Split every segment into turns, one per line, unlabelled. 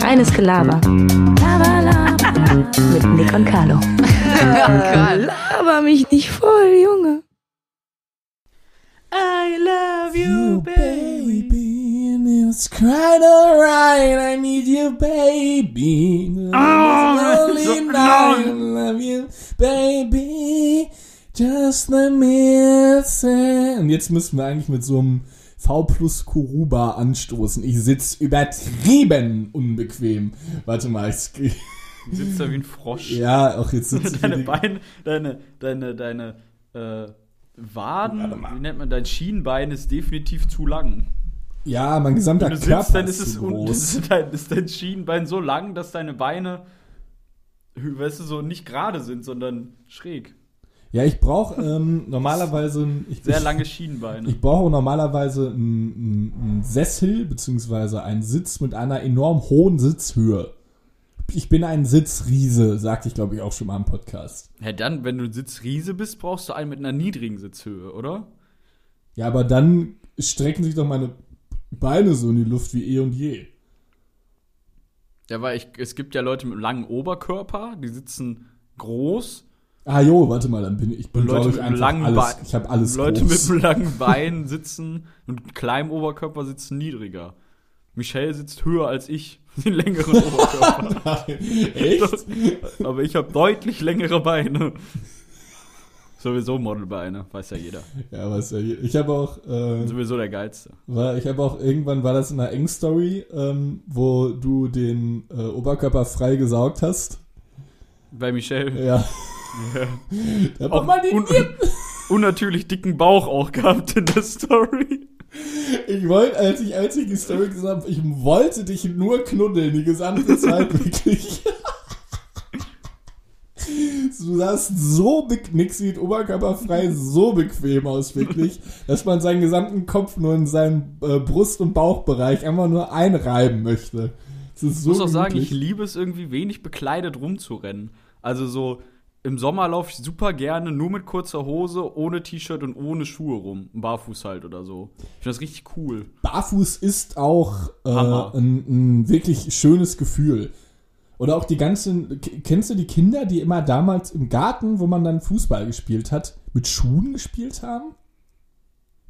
Geiles Gelaber. Mit Nick und Carlo.
Laber mich nicht voll, Junge.
I love
you, baby, and it's quite alright. I need you, baby.
Oh,
Lonely
so
night.
long.
Love you, baby. Just let me say. Und jetzt müssen wir eigentlich mit so einem V plus Kuruba anstoßen. Ich sitz übertrieben unbequem. Warte mal, ich skri-
Du sitzt da wie ein Frosch.
Ja, auch jetzt sitze ich
deine
hier die-
Beine, deine, deine, deine äh,
Warte
Waden,
mal.
wie nennt man, dein Schienbein ist definitiv zu lang.
Ja, mein gesamter
Wenn du
Körper
sitzt, dann ist,
ist
es
zu
un-
groß.
ist, dein, ist dein Schienbein so lang, dass deine Beine, weißt du, so nicht gerade sind, sondern schräg.
Ja, ich brauche ähm, normalerweise... ein- Ich,
Sehr
ich,
lange Schienbeine.
Ich brauche normalerweise einen, einen, einen Sessel beziehungsweise einen Sitz mit einer enorm hohen Sitzhöhe. Ich bin ein Sitzriese, sagte ich, glaube ich, auch schon mal im Podcast.
Ja, dann, wenn du ein Sitzriese bist, brauchst du einen mit einer niedrigen Sitzhöhe, oder?
Ja, aber dann strecken sich doch meine Beine so in die Luft wie eh und je.
Ja, weil ich, es gibt ja Leute mit einem langen Oberkörper, die sitzen groß.
Ah jo, warte mal, dann bin ich, ich bin
Leute
glaub
mit
ich,
einem
einfach
langen
alles,
Bein-
ich habe alles
Leute
groß.
mit einem langen Bein sitzen und mit kleinem Oberkörper sitzen niedriger. Michelle sitzt höher als ich, den längeren Oberkörper.
Echt?
Aber ich habe deutlich längere Beine. Sowieso Modelbeine, weiß ja jeder.
Ja, was ja, je- ich habe auch äh,
Sowieso der geilste.
War, ich habe auch irgendwann war das in einer Eng-Story, ähm, wo du den äh, Oberkörper frei gesaugt hast.
Bei Michelle.
Ja. Da braucht man die
un unnatürlich dicken Bauch auch gehabt in der Story.
ich wollte, als ich, als ich die Story gesehen habe, ich wollte dich nur knuddeln, die gesamte Zeit wirklich. Du sahst so nix sieht oberkörperfrei so bequem aus, wirklich, dass man seinen gesamten Kopf nur in seinen äh, Brust- und Bauchbereich einfach nur einreiben möchte. Das ist so
Ich muss auch sagen,
gemütlich.
ich liebe es irgendwie wenig bekleidet rumzurennen. Also so im Sommer laufe ich super gerne nur mit kurzer Hose, ohne T-Shirt und ohne Schuhe rum. Barfuß halt oder so. Ich finde das richtig cool.
Barfuß ist auch äh,
Hammer.
ein, ein wirklich schönes Gefühl. Oder auch die ganzen, k- kennst du die Kinder, die immer damals im Garten, wo man dann Fußball gespielt hat, mit Schuhen gespielt haben?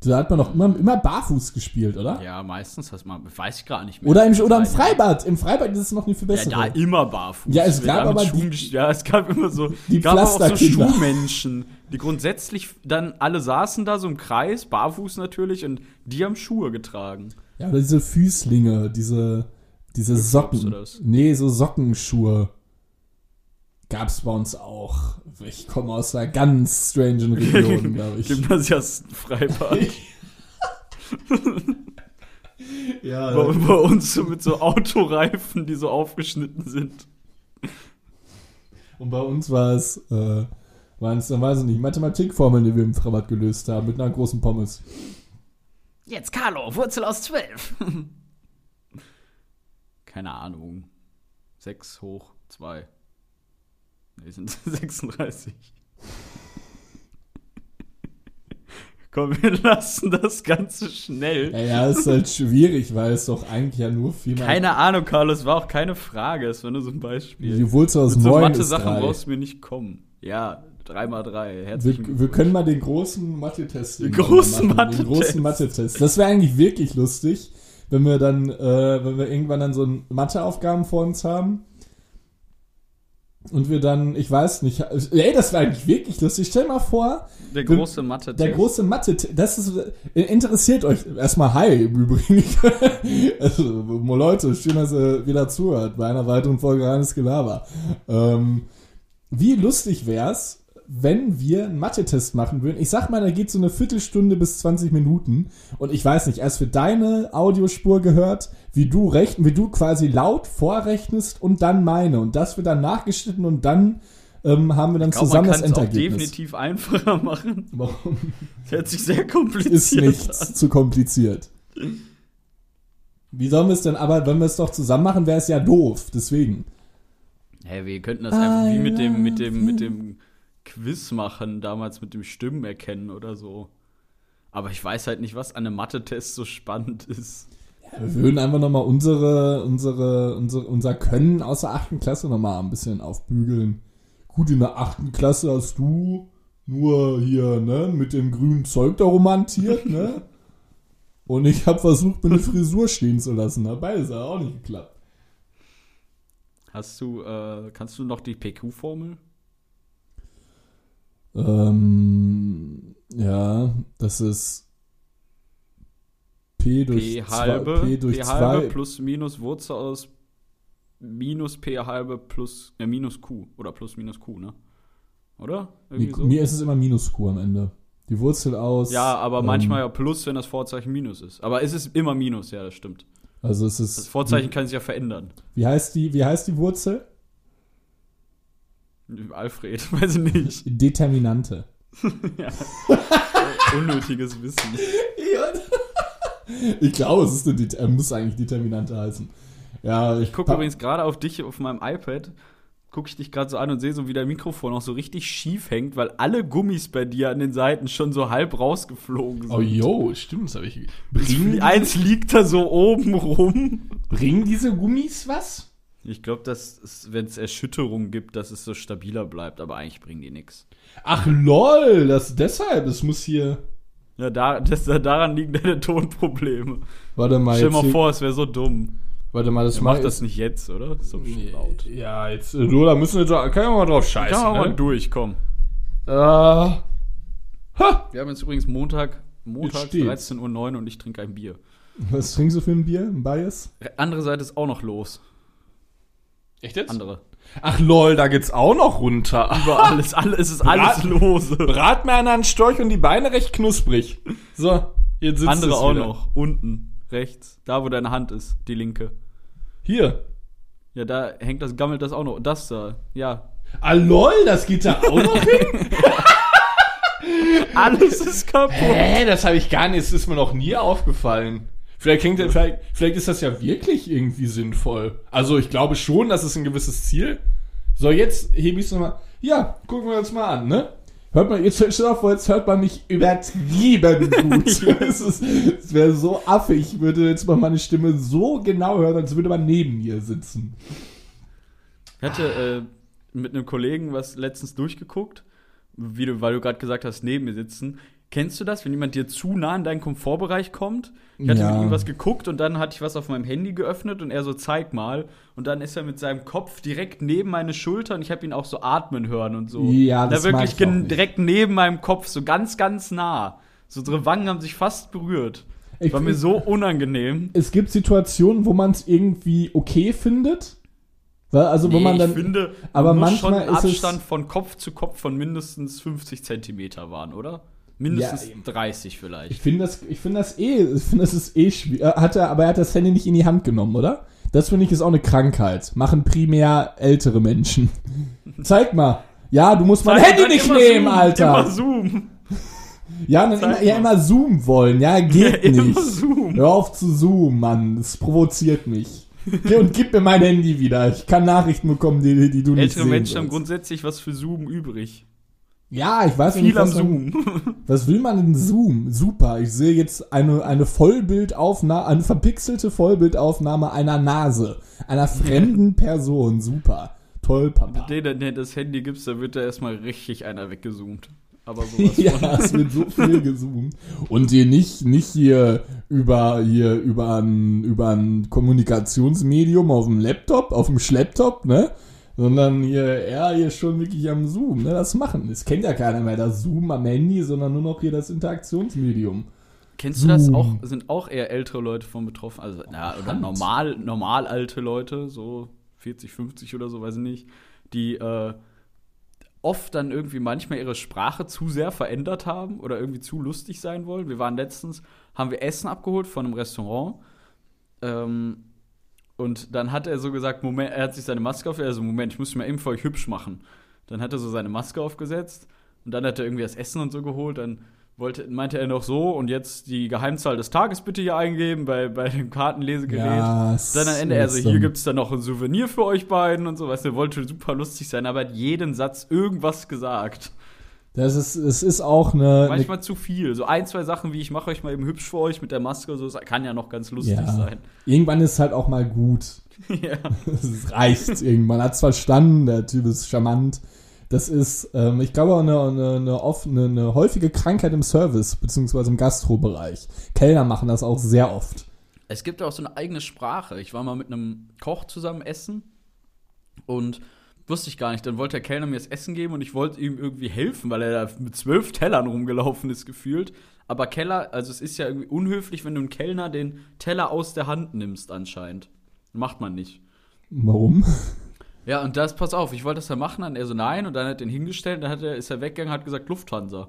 Da hat man doch immer, immer barfuß gespielt, oder?
Ja, meistens das mal, weiß ich gar nicht mehr.
Oder im, oder im Freibad. Im Freibad ist es noch eine viel
Ja, da
bessere.
immer barfuß.
Ja, es
Wir
gab
haben mit
aber
Schuhen
die-
gesch- ja, es gab immer so,
die
gab aber auch so
Pflasterkinder.
Schuhmenschen, die grundsätzlich dann alle saßen da so im Kreis, barfuß natürlich, und die haben Schuhe getragen.
Ja, oder diese Füßlinge, diese, diese Socken.
oder was?
Nee, so Sockenschuhe. Gab's bei uns auch. Ich komme aus einer ganz strangen Region, glaube ich.
Gymnasiastenfreibad.
Ja,
Bei, bei uns so mit so Autoreifen, die so aufgeschnitten sind.
und bei uns war es, äh, waren es, dann weiß ich nicht, Mathematikformeln, die wir im Freibad gelöst haben, mit einer großen Pommes.
Jetzt Carlo, Wurzel aus 12. Keine Ahnung. 6 hoch 2. Nee, sind 36. Komm, wir lassen das Ganze schnell.
Ja, ja, ist halt schwierig, weil es doch eigentlich ja nur viel mehr-
Keine Ahnung, Carlo, es war auch keine Frage, es war nur so ein Beispiel.
Die Wurzel aus
Mit so
neun ist
Mathe-Sachen
drei.
brauchst du mir nicht kommen. Ja, 3x3. Herzlichen
Wir, wir können mal den großen Mathe-Test
Den
irgendwann
großen
machen,
Mathe-Test.
Den großen Mathe-Test. Das wäre eigentlich wirklich lustig, wenn wir dann, äh, wenn wir irgendwann dann so ein Mathe-Aufgaben vor uns haben. Und wir dann, ich weiß nicht, äh, ey, das wäre eigentlich wirklich lustig. Stell mal vor,
Der
Wir-
große mathe
Der große Mathe, das ist, äh, interessiert euch. Erstmal hi im Übrigen. also, mo Leute, schön, dass ihr wieder zuhört bei einer weiteren Folge reines Gelaber. Ähm, wie lustig wär's, wenn wir einen Mathe-Test machen würden? Ich sag mal, da geht so eine Viertelstunde bis 20 Minuten. Und ich weiß nicht, als wir deine Audiospur gehört, wie du rechn, wie du quasi laut vorrechnest und dann meine. Und das wird dann nachgeschnitten und dann ähm, haben wir dann
Glaub,
zusammen
man
das
kann es auch
Endergebnis.
definitiv einfacher machen.
Warum?
Das hört sich sehr kompliziert
ist nichts
an.
zu kompliziert. Wie sollen wir es denn, aber wenn wir es doch zusammen machen, wäre es ja doof, deswegen.
Hey, wir könnten das einfach wie
I
mit dem, mit
love
dem, mit dem Quiz machen, damals mit dem Stimmen erkennen oder so. Aber ich weiß halt nicht, was an einem Mathe-Test so spannend ist.
Ja, Wir würden einfach nochmal unsere, unsere, unsere, unser Können aus der achten Klasse nochmal ein bisschen aufbügeln. Gut, in der achten Klasse hast du nur hier, ne, mit dem grünen Zeug da romantiert, ne? Und ich habe versucht, meine Frisur stehen zu lassen. Na, beides hat auch nicht geklappt.
Hast du, äh, kannst du noch die PQ-Formel?
Ähm, ja, das ist P durch
P
2
halbe,
P durch
P halbe
2
plus minus Wurzel aus minus P halbe plus, äh, minus Q oder plus minus Q, ne? Oder? Irgendwie so.
Mir ist es immer minus Q am Ende. Die Wurzel aus.
Ja, aber
ähm,
manchmal ja plus, wenn das Vorzeichen minus ist. Aber es ist immer minus, ja, das stimmt.
Also es ist.
Das Vorzeichen kann sich ja verändern.
Wie heißt die, wie heißt die Wurzel?
Alfred, weiß ich nicht.
Determinante.
ja. Unnötiges Wissen.
ich glaube, es ist eine Det- äh, muss eigentlich Determinante heißen. Ja,
Ich gucke übrigens gerade auf dich auf meinem iPad, gucke ich dich gerade so an und sehe so, wie dein Mikrofon auch so richtig schief hängt, weil alle Gummis bei dir an den Seiten schon so halb rausgeflogen sind.
Oh, yo, stimmt, das habe ich.
Die
Bringen,
Eins liegt da so oben rum.
bringen diese Gummis was?
Ich glaube, dass wenn es Erschütterungen gibt, dass es so stabiler bleibt, aber eigentlich bringen die nichts.
Ach, lol, das deshalb, es muss hier.
Ja, da, das, daran liegen deine Tonprobleme.
Warte mal,
Stell
jetzt
mal
hier-
vor, es wäre so dumm.
Warte mal, das
Er macht das nicht jetzt, oder? Ist doch bestimmt laut.
Ja, jetzt, äh, du, da müssen wir doch, können wir mal drauf scheißen.
Kann man mal
ne?
durch, komm.
Äh, ha!
Wir haben jetzt übrigens Montag, Montag
steht's.
13.09 Uhr und ich trinke ein Bier.
Was trinkst du für ein Bier? Ein Bias?
Andere Seite ist auch noch los.
Echt jetzt?
Andere.
Ach lol, da geht's auch noch runter.
Über alles, alles es ist alles
Brat-
lose.
Brat mir einer einen Storch und die Beine recht knusprig. So, jetzt sitzt
Andere
es
auch
wieder.
noch. Unten, rechts. Da, wo deine Hand ist, die linke.
Hier.
Ja, da hängt das, gammelt das auch noch. Das da, ja.
Ah lol, das geht da auch noch hin?
Alles ist kaputt.
Hä, das habe ich gar nicht, das ist mir noch nie aufgefallen. Vielleicht, klingt, vielleicht, vielleicht ist das ja wirklich irgendwie sinnvoll. Also ich glaube schon, das ist ein gewisses Ziel. So, jetzt hebe ich es nochmal.
Ja, gucken wir uns mal an, ne? Hört man, jetzt stell dir vor, jetzt hört man mich übertrieben gut. es ist- es wäre so affig, würde jetzt mal meine Stimme so genau hören, als würde man neben mir sitzen.
Ich hatte äh, mit einem Kollegen was letztens durchgeguckt, wie du, weil du gerade gesagt hast, neben mir sitzen. Kennst du das, wenn jemand dir zu nah in deinen Komfortbereich kommt? Ich hatte
Ja.
mit ihm was geguckt und dann hatte ich was auf meinem Handy geöffnet und er so, zeig mal. Und dann ist er mit seinem Kopf direkt neben meine Schulter und ich habe ihn auch so atmen hören und so.
Ja,
da
das mag
wirklich
ich auch
gen-
nicht.
direkt neben meinem Kopf, so ganz, ganz nah. So unsere Wangen haben sich fast berührt.
Ich
War mir
find-
so unangenehm.
Es gibt Situationen, wo man es irgendwie okay findet. Weil, also, wo
Nee,
man dann.
ich finde,
aber
muss
manchmal
schon ein
ist es-
Abstand von Kopf zu Kopf von mindestens 50 Zentimeter waren, oder? Mindestens
Ja, eben.
30
Ich
vielleicht.
finde das, ich finde das eh, ich finde das ist eh schwierig. Hat er, aber er hat das Handy nicht in die Hand genommen, oder? Das finde ich ist auch eine Krankheit. Machen primär ältere Menschen. Zeig mal. Ja, du musst mein
Dann-
Handy
dann
nicht
immer
nehmen,
Zoom, Immer
Alter.
Zoom.
ja, dann
Zeig
immer, ja,
mal.
immer zoomen wollen. Ja, geht
Ja, immer
nicht.
Zoom.
Hör auf zu zoomen, Mann. Das provoziert mich. Geh und gib mir mein Handy wieder. Ich kann Nachrichten bekommen, die, die du nicht
Ältere
sehen
Menschen haben
sollst.
grundsätzlich was für Zoom übrig.
Ja, ich weiß
Viel am
was man-
Zoom.
Was will man denn Zoom? Super, ich sehe jetzt eine, eine Vollbildaufnahme, eine verpixelte Vollbildaufnahme einer Nase, einer fremden Person. Super. Toll, Papa.
Den, den, den das Handy gibst, da wird da erstmal richtig einer weggezoomt. Aber sowas
Ja,
von.
es wird so viel gezoomt. Und hier nicht, nicht hier über, hier über ein, über ein Kommunikationsmedium auf dem Laptop, auf dem Schlepptop, ne? Sondern hier, ja, hier schon wirklich am Zoom, ne? Das machen. Es kennt ja keiner mehr das Zoom am Handy, sondern nur noch hier das Interaktionsmedium.
Kennst du das
Zoom.
auch? Sind auch eher ältere Leute von betroffen? Also, na, oder
Hand.
normal, normal alte Leute, so 40, 50 oder so, weiß ich nicht, die äh, oft dann irgendwie manchmal ihre Sprache zu sehr verändert haben oder irgendwie zu lustig sein wollen. Wir waren letztens, haben wir Essen abgeholt von einem Restaurant. Ähm, und dann hat er so gesagt, Moment, er hat sich seine Maske auf, er so, Moment, ich muss mich mal eben für euch hübsch machen. Dann hat er so seine Maske aufgesetzt und dann hat er irgendwie das Essen und so geholt. Dann wollte, meinte er noch so und jetzt die Geheimzahl des Tages bitte hier eingeben bei, bei dem Kartenlesegerät.
Ja,
dann am Ende er so,
ist
hier
dann-
gibt's dann noch ein Souvenir für euch beiden und so. Weißt du, er wollte super lustig sein, aber hat jeden Satz irgendwas gesagt.
Das ist, es ist auch eine. eine
Manchmal zu viel. So ein, zwei Sachen wie ich mache euch mal eben hübsch für euch mit der Maske, so das kann ja noch ganz lustig
ja,
sein.
Irgendwann ist halt auch mal gut.
ja.
Es reicht irgendwann. Hat's verstanden, der Typ ist charmant. Das ist, ähm, ich glaube, auch eine, eine, eine, offene, eine häufige Krankheit im Service, beziehungsweise im Gastrobereich. Kellner machen das auch sehr oft.
Es gibt auch so eine eigene Sprache. Ich war mal mit einem Koch zusammen essen und wusste ich gar nicht. Dann wollte der Kellner mir das Essen geben und ich wollte ihm irgendwie helfen, weil er da mit zwölf Tellern rumgelaufen ist gefühlt. Aber Keller, also es ist ja irgendwie unhöflich, wenn du einem Kellner den Teller aus der Hand nimmst anscheinend. Macht man nicht.
Warum?
Ja, und das, pass auf, ich wollte das ja machen, dann er so nein, und dann hat er den hingestellt, dann hat er, ist er weggegangen, hat gesagt Lufthansa.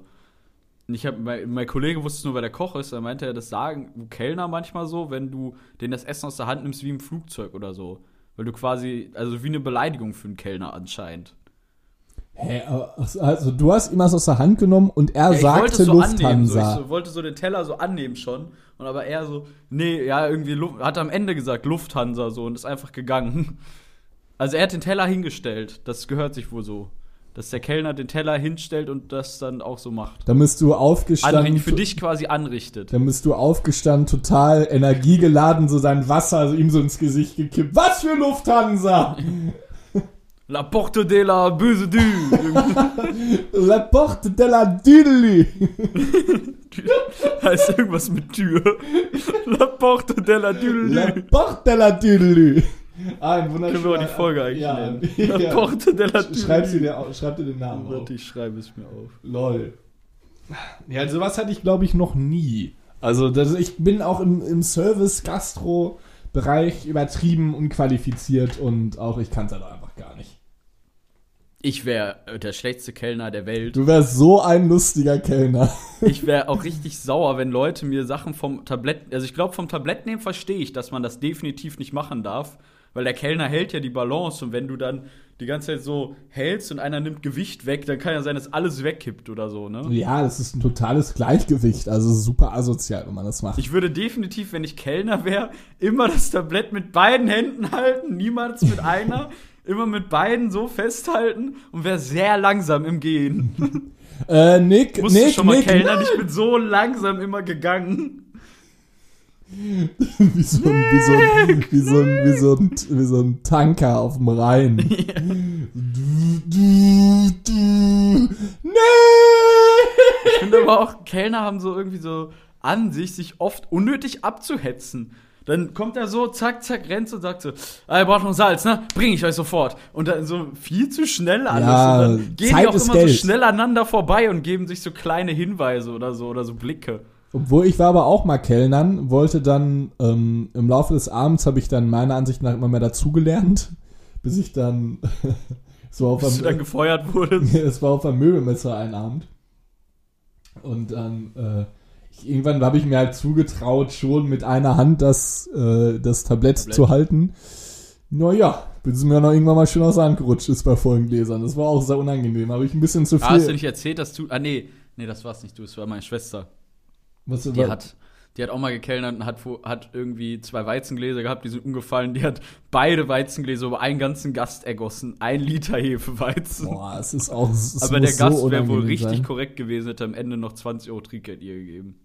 Und ich hab, mein, mein Kollege wusste es nur, weil der Koch ist, dann meinte er, das sagen Kellner manchmal so, wenn du denen das Essen aus der Hand nimmst, wie im Flugzeug oder so. Weil du quasi, also wie eine Beleidigung für einen Kellner anscheinend.
Hä, aber- also du hast ihm was aus der Hand genommen und er
Ja,
sagte
es so annehmen, so, ich
Lufthansa.
so, wollte so den Teller so annehmen schon, und aber er so, nee, ja, irgendwie, Lu- hat am Ende gesagt Lufthansa so und ist einfach gegangen. Also er hat den Teller hingestellt, das gehört sich wohl so. Dass der Kellner den Teller hinstellt und das dann auch so macht.
Dann bist du aufgestanden.
Anricht, für dich quasi anrichtet.
Dann bist du aufgestanden, total energiegeladen, so sein Wasser ihm so ins Gesicht gekippt. Was für Lufthansa!
La Porte de la Böse Du.
La Porte della Düdelü!
heißt irgendwas mit Tür. La Porte de la
La
Dü.
Porte della Düdelü! Ein wunderschöner.
Können wir auch die Folge eigentlich
ja,
nennen.
Ja.
La Porte de la Dü.
Schreib, sie dir, au- schreib dir den Namen auf.
Warte, ich schreibe es mir auf.
Lol.
Ja, sowas hatte ich, glaube ich, noch nie.
Also, das, ich bin auch im, im Service-Gastro-Bereich übertrieben unqualifiziert und auch ich kann es halt auch einfach gar nicht.
Ich wäre der schlechteste Kellner der Welt.
Du wärst so ein lustiger Kellner.
Ich wäre auch richtig sauer, wenn Leute mir Sachen vom Tablett, also ich glaube vom Tablett nehmen verstehe ich, dass man das definitiv nicht machen darf, weil der Kellner hält ja die Balance und wenn du dann die ganze Zeit so hältst und einer nimmt Gewicht weg, dann kann ja sein, dass alles wegkippt oder so, ne?
Ja, das ist ein totales Gleichgewicht. Also super asozial, wenn man das macht.
Ich würde definitiv, wenn ich Kellner wäre, immer das Tablett mit beiden Händen halten, niemals mit einer, immer mit beiden so festhalten und wäre sehr langsam im Gehen.
Äh, Nick,
Musst du
Nick,
schon mal
Nick,
Kellner, ich bin so langsam immer gegangen.
wie so ein, wie so ein, wie so ein, wie so ein, wie so ein Tanker auf dem Rhein. Du, du, du. Nee!
Ich finde aber auch, Kellner haben so irgendwie so an sich, sich oft unnötig abzuhetzen. Dann kommt er so, zack, zack, rennt und sagt so, ah, ihr braucht noch Salz, ne? Bring ich euch sofort. Und dann so viel zu schnell alles.
Ja,
und dann gehen
Zeit
die auch
ist
immer
Geld.
so schnell aneinander vorbei und geben sich so kleine Hinweise oder so oder so Blicke.
Obwohl ich war aber auch mal Kellnern, wollte dann ähm, im Laufe des Abends habe ich dann meiner Ansicht nach immer mehr dazugelernt, bis ich dann so auf
Bis du dann
einem,
gefeuert wurdest.
es war auf einem Möbelmesser ein Abend und dann äh, ich, irgendwann habe ich mir halt zugetraut, schon mit einer Hand das äh, das Tablett,
Tablett.
zu halten. Naja, bin es mir noch irgendwann mal schön aus der Hand gerutscht ist bei vollen Gläsern. Das war auch sehr unangenehm. Habe ich ein bisschen zu viel.
Ah, hast du nicht erzählt, dass du. Ah, nee, nee, das war's nicht du, es war meine Schwester.
was,
Die hat, die hat auch mal gekellnert und hat, wo- hat irgendwie zwei Weizengläser gehabt, die sind umgefallen. Die hat beide Weizengläser über einen ganzen Gast ergossen. Ein Liter Hefeweizen.
Boah, es ist auch. Es
Aber der
muss
Gast
so
wäre wohl
unangenehm
richtig
sein.
korrekt gewesen, hätte am Ende noch 20 Euro Trinkgeld ihr gegeben.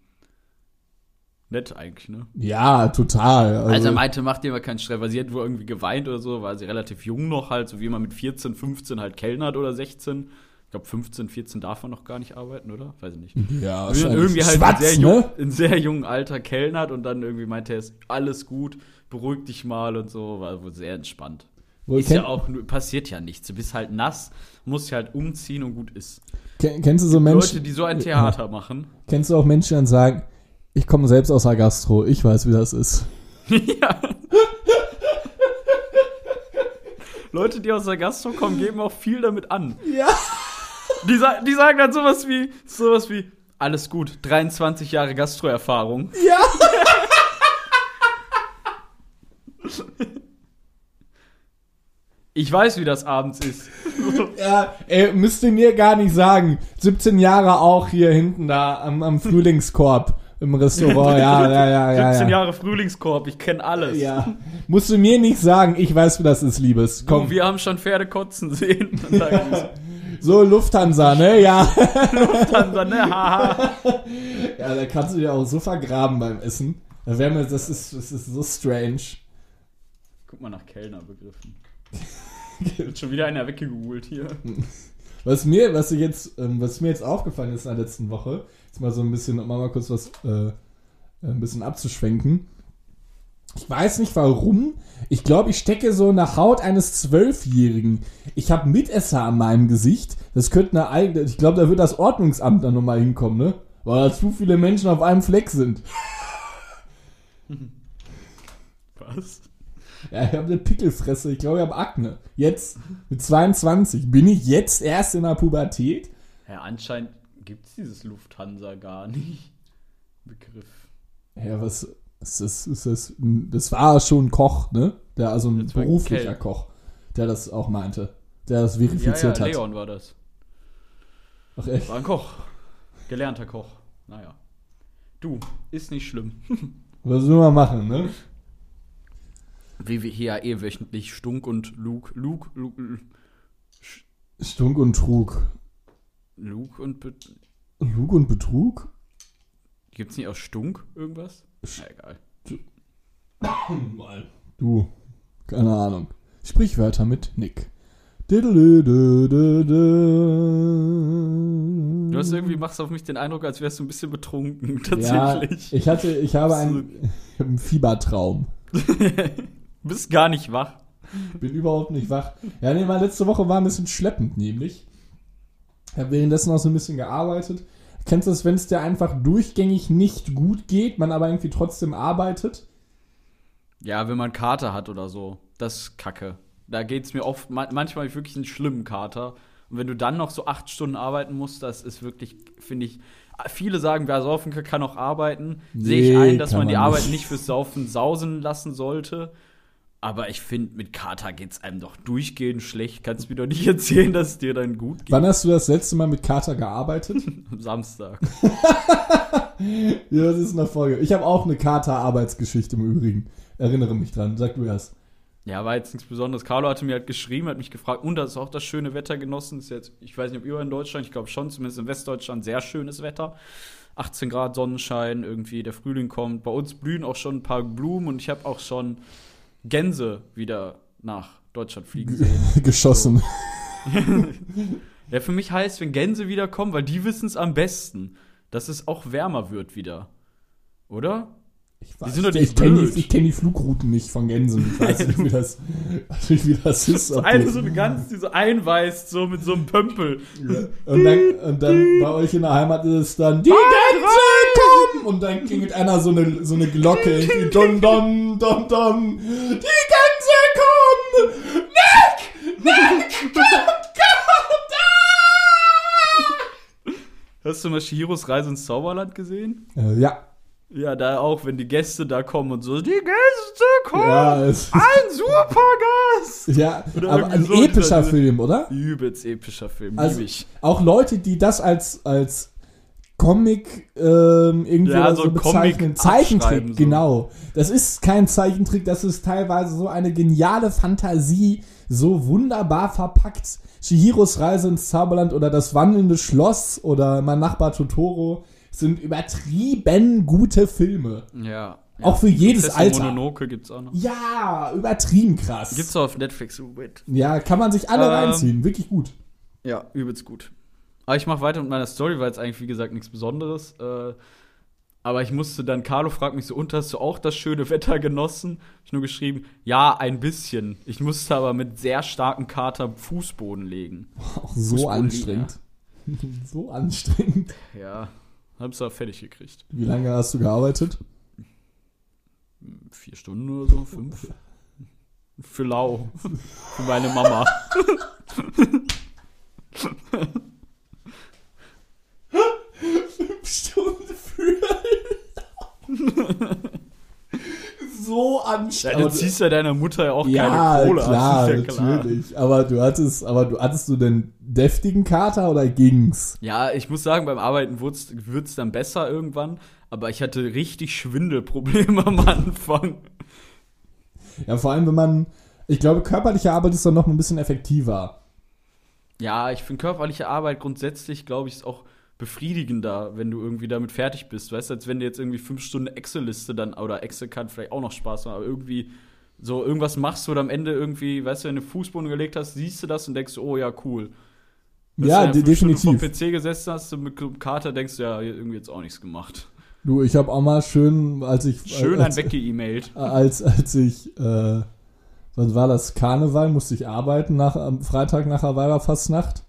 Nett eigentlich, ne?
Ja, total. Also,
Also er meinte, macht dir mal keinen Stress, weil sie hat wohl irgendwie geweint oder so, weil sie relativ jung noch halt, so wie man mit 14, 15 halt kellnert oder 16. Ich glaube, 15, 14 darf man noch gar nicht arbeiten, oder? Weiß ich nicht.
ja,
Wir sind
wahrscheinlich.
irgendwie halt
Schwatz,
in, sehr jung,
ne?
in sehr jungen Alter kellnert und dann irgendwie meinte er, ist alles gut, beruhig dich mal und so, war wohl sehr entspannt.
Wo,
ist
kenn,
ja auch, nur- passiert ja nichts. Du bist halt nass, musst dich halt umziehen und gut ist.
kenn, kennst du so Menschen,
Leute, die so ein Theater machen.
kennst du auch Menschen, die dann sagen, ich komme selbst aus der Gastro, ich weiß, wie das ist.
ja. Leute, die aus der Gastro kommen, geben auch viel damit an.
Ja.
Die, sa die sagen dann sowas wie, sowas wie, alles gut, 23 Jahre Gastroerfahrung.
Ja.
Ich weiß, wie das abends ist.
Ja, ey, müsst ihr mir gar nicht sagen. 17 Jahre auch hier hinten da am, am Frühlingskorb im Restaurant. Ja, ja, ja, ja.
17
ja.
Jahre Frühlingskorb, ich kenne alles.
Ja. Musst du mir nicht sagen, ich weiß, wie das ist, Liebes.
Komm,
Komm,
wir haben schon Pferde kotzen sehen. Dann sagen die so,
So, Lufthansa, ne? Ja.
Dann, dann, ne, haha.
Ja, da kannst du dir auch so vergraben beim Essen. Da wär mir, das, ist, das ist so strange.
Guck mal nach Kellnerbegriffen. Wird schon wieder einer weggegoogelt hier.
Was mir, was ich jetzt, ähm, was mir jetzt aufgefallen ist in der letzten Woche, jetzt mal so ein bisschen, um mal kurz was äh, ein bisschen abzuschwenken. Ich weiß nicht warum. Ich glaube, ich stecke so in der Haut eines Zwölfjährigen. Ich habe Mitesser an meinem Gesicht. Das könnte eine eigene. Ich glaube, da wird das Ordnungsamt dann nochmal hinkommen, ne? Weil da zu viele Menschen auf einem Fleck sind.
Was?
Ja, ich habe eine Pickelfresse. Ich glaube, ich habe Akne. Jetzt mit 22 bin ich jetzt erst in der Pubertät.
Ja, anscheinend gibt es dieses Lufthansa gar nicht. Begriff.
Ja, was ist das? Ist das, das war schon ein Koch, ne? Der also ein
Das war
beruflicher
Kell.
Koch, der das auch meinte, der das
Ja, ja,
verifiziert hat.
Leon war das.
Ach echt?
War ein Koch. Gelernter Koch. Naja. Du, ist nicht schlimm.
Was will man machen, ne?
Wie wir hier ja eh wöchentlich Stunk und Luke, Luke, Luke,
Stunk und Trug.
Luke und. Bet-
Lug und Betrug?
Gibt's nicht auch Stunk irgendwas? Na egal.
Hm, Du, keine Ahnung. Sprichwörter mit Nick. Du
Du hast irgendwie, machst auf mich den Eindruck, als wärst du ein bisschen betrunken,
Mm. ja,
tatsächlich.
ich hatte, ich habe einen, ich habe einen Fiebertraum.
Bist gar nicht wach.
bin überhaupt nicht wach. Ja, nee, meine letzte Woche war ein bisschen schleppend, nämlich. Ich habe währenddessen auch so ein bisschen gearbeitet. Kennst du das, wenn es dir einfach durchgängig nicht gut geht, man aber irgendwie trotzdem arbeitet?
Ja, wenn man Kater hat oder so, das ist kacke. Da geht's mir oft, ma manchmal hab ich wirklich einen schlimmen Kater. Und wenn du dann noch so acht Stunden arbeiten musst, das ist wirklich, finde ich, viele sagen, wer saufen kann, kann auch arbeiten. Sehe ich
Nee,
ein, dass
kann
man die
man
Arbeit
nicht.
nicht fürs Saufen sausen lassen sollte. Aber ich finde, mit Kater geht's einem doch durchgehend schlecht. Kannst mir doch nicht erzählen, dass es dir dann gut geht.
Wann hast du das letzte Mal mit Kater gearbeitet?
Am Samstag.
ja, das ist eine Folge. Ich habe auch eine Kater-Arbeitsgeschichte im Übrigen. Erinnere mich dran. Sag du erst.
Ja, war jetzt nichts Besonderes. Carlo hatte mir halt geschrieben, hat mich gefragt, und das ist auch das schöne Wetter genossen. Ist jetzt, ich weiß nicht, ob über in Deutschland, ich glaube schon, zumindest in Westdeutschland, sehr schönes Wetter. 18 Grad Sonnenschein, irgendwie der Frühling kommt. Bei uns blühen auch schon ein paar Blumen und ich habe auch schon Gänse wieder nach Deutschland fliegen sehen.
Geschossen.
Ja, für mich heißt, wenn Gänse wiederkommen, weil die wissen es am besten, dass es auch wärmer wird wieder. Oder?
Ich,
sind doch
ich
nicht
kenne
blöd.
die, ich kenn die Flugrouten nicht von Gänsen. Ich weiß nicht, wie das, weiß nicht, wie das ist. ob
Eine
die-
Also so eine Gans, die so einweist, so mit so einem Pömpel.
Ne, Und dann, und dann bei euch in der Heimat ist es dann die Gänse kommen und dann klingelt einer so eine, so eine Glocke irgendwie dum dum dum dum die Gänse kommen Nick Nick kommt kommt
Hast du mal Shihiros Reise ins Zauberland gesehen?
da! äh, ja
Ja, da auch, wenn die Gäste da kommen und so, die Gäste kommen!
ja es,
Ein Supergast!
ja
Oder
aber ein
irgendwie so,
epischer
also-
Film oder
Übelst epischer Film,
also
lieb ich.
auch Leute die das als als Comic ähm, irgendwie
Ja,
oder
so
so bezeichnen.
Comic
Zeichentrick,
abschreiben, so.
genau. Das ist kein Zeichentrick, das ist teilweise so eine geniale Fantasie, so wunderbar verpackt. Shihiros Reise ins Zauberland oder das wandelnde Schloss oder mein Nachbar Totoro sind übertrieben gute Filme.
Ja.
Auch für jedes
Prinzessin
Alter.
Mononoke gibt's auch noch.
Ja, übertrieben krass.
Gibt's auch auf Netflix, wait.
ja, kann man sich alle
Ähm,
reinziehen, wirklich gut.
Ja, übelst gut. Aber ich mache weiter mit meiner Story, weil es eigentlich, wie gesagt, nichts Besonderes. Äh, aber ich musste dann, Carlo fragt mich so, und hast du auch das schöne Wetter genossen? Ich nur geschrieben, ja, ein bisschen. Ich musste aber mit sehr starkem Kater Fußboden legen.
Auch so
Fußball-
anstrengend. so anstrengend.
Ja, hab's aber fertig gekriegt.
Wie lange hast du gearbeitet?
Vier Stunden oder so, fünf. Für Lau. Für meine Mama.
Stunde für. so
Ja,
anstrengend.
du ziehst ja deiner Mutter ja auch
ja,
keine Kohle
klar,
ab, das ist ja klar.
natürlich. Aber du hattest, aber du hattest du den deftigen Kater oder ging's?
Ja, ich muss sagen, beim Arbeiten wird's, wird's dann besser irgendwann, aber ich hatte richtig Schwindelprobleme am Anfang.
Ja, vor allem wenn man, ich glaube, körperliche Arbeit ist dann noch ein bisschen effektiver.
Ja, ich finde körperliche Arbeit grundsätzlich, glaube ich, ist auch befriedigender, wenn du irgendwie damit fertig bist. Weißt du, als wenn du jetzt irgendwie fünf Stunden Excel-Liste dann, oder Excel kann vielleicht auch noch Spaß machen, aber irgendwie so irgendwas machst du und am Ende irgendwie, weißt du, wenn du Fußboden gelegt hast, siehst du das und denkst, oh ja, cool. Dass
Ja,
du dann
de-
fünf Stunden
definitiv.
Vor dem PC gesessen hast und mit so einem Kater denkst du, ja, irgendwie jetzt auch nichts gemacht.
Du, ich habe auch mal schön, als ich
Schön ein
als,
weggeemailt.
Äh, als, als ich, äh, wann war das? Karneval, musste ich arbeiten nach, am Freitag nach der Weiberfastnacht.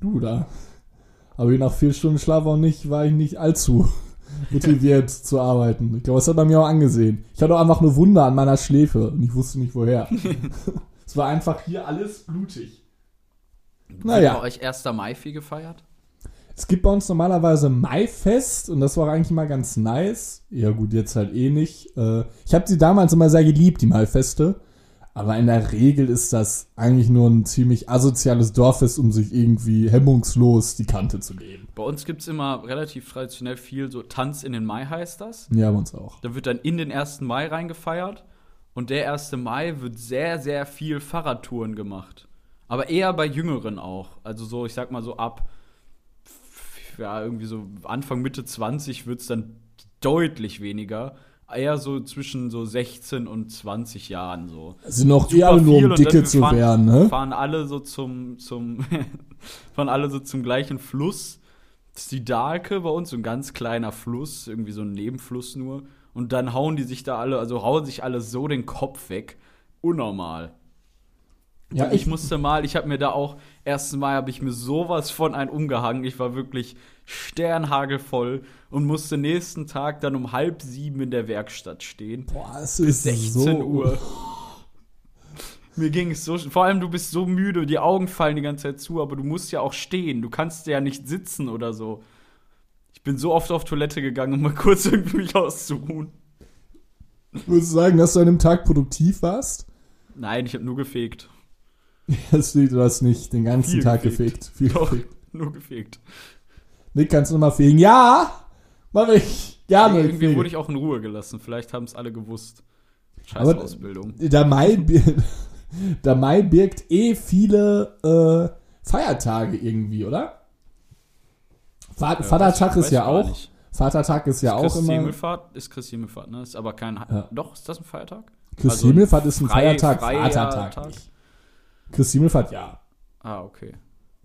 Du, da. Aber je nach vier Stunden Schlaf auch nicht, war ich nicht allzu motiviert zu arbeiten. Ich glaube, das hat man mir auch angesehen. Ich hatte auch einfach eine Wunde an meiner Schläfe und ich wusste nicht woher. es war einfach hier alles blutig. Naja.
Habt ihr euch 1. Mai viel gefeiert?
Es gibt bei uns normalerweise Maifest und das war eigentlich mal ganz nice. Ja gut, jetzt halt eh nicht. Äh, Ich habe sie damals immer sehr geliebt, die Maifeste. Aber in der Regel ist das eigentlich nur ein ziemlich asoziales Dorffest, um sich irgendwie hemmungslos die Kante zu geben.
Bei uns gibt es immer relativ traditionell viel so Tanz in den Mai heißt das.
Ja, bei uns auch.
Da wird dann in den 1. Mai reingefeiert. Und der 1. Mai wird sehr, sehr viel Fahrradtouren gemacht. Aber eher bei Jüngeren auch. Also so, ich sag mal so ab, f- ja, irgendwie so Anfang, Mitte 20 wird es dann deutlich weniger. Eher so zwischen so 16 und 20 Jahren so.
Sind noch
Super
eher nur
viel
um
und dann
dicke zu
fahren-
werden, ne?
Fahren alle so zum, zum, fahren alle so zum gleichen Fluss. Das ist die Dalke bei uns, so ein ganz kleiner Fluss, irgendwie so ein Nebenfluss nur. Und dann hauen die sich da alle, also hauen sich alle so den Kopf weg. Unnormal.
Ja,
ich
ich,
musste mal, ich habe mir da auch, ersten Mal habe ich mir sowas von ein umgehangen. Ich war wirklich sternhagelvoll und musste nächsten Tag dann um halb sieben in der Werkstatt stehen.
boah, es ist
16
so,
Uhr. Mir ging es so. sch- Vor allem, du bist so müde, die Augen fallen die ganze Zeit zu, aber du musst ja auch stehen. Du kannst ja nicht sitzen oder so. Ich bin so oft auf Toilette gegangen, um mal kurz irgendwie mich auszuruhen.
Würdest du sagen, dass du an dem Tag produktiv warst?
Nein, ich habe nur gefegt.
Das liegt, du hast nicht den ganzen
Viel
Tag
gefegt.
gefegt. Viel
Doch,
gefegt.
nur gefegt.
Nick, kannst du nochmal fegen? Ja! Mach ich! Ja, Nick,
irgendwie
fege.
wurde ich auch in Ruhe gelassen. Vielleicht haben es alle gewusst. Scheiß
Aber-
Ausbildung.
der Mai, bir- der Mai birgt eh viele äh, Feiertage irgendwie, oder? Va Vatertag
weiß-
ist ja
weiß man
auch.
nicht.
Vatertag ist ja auch
Christi
immer.
Himmelfahrt ist Christi Himmelfahrt, ne? Ist aber kein.
Ja.
Doch, ist das ein Feiertag?
Christi
also
Himmelfahrt ist ein
frei-
Feiertag,
freier
Vatertag
Tag.
nicht. Christi Himmelfahrt, ja.
Ah, okay.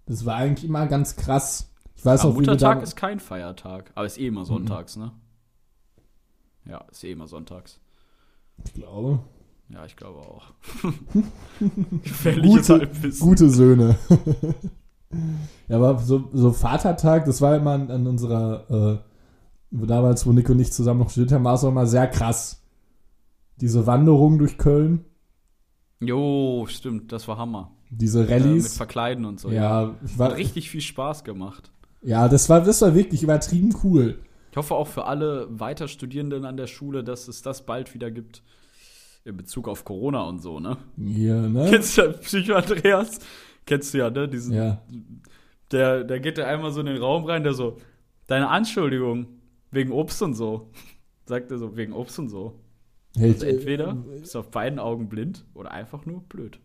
Das war eigentlich immer ganz krass. Ich weiß
Am
auch, wie wir da,
Muttertag ist kein Feiertag, aber ist eh
Mhm.
immer sonntags, ne? Ja, ist eh immer sonntags.
ich glaube.
Ja, ich glaube auch. Gefährliches
Gute,
Halbwissen.
gute Söhne. ja, aber so, so Vatertag, das war immer an, an unserer, äh, damals, wo Nick und ich zusammen noch studiert haben, war es auch immer sehr krass. Diese Wanderung durch Köln,
Jo, stimmt, das war Hammer. Äh,
diese
mit
Rallyes.
Verkleiden und so.
ja, ich
Hat
war,
richtig viel Spaß gemacht.
ja das, war, das war wirklich übertrieben cool.
Ich hoffe auch für alle weiter Studierenden an der Schule, dass es das bald wieder gibt. In Bezug auf Corona und so, ne?
Hier, ne?
Kennst du Psycho Andreas? Kennst du ja, ne? Diesen,
Ja.
Der, der geht da einmal so in den Raum rein, der so, deine Anschuldigung wegen Obst und so. Sagt er so, wegen Obst und so.
Hey, ich,
Also entweder bist du auf beiden Augen blind oder einfach nur blöd.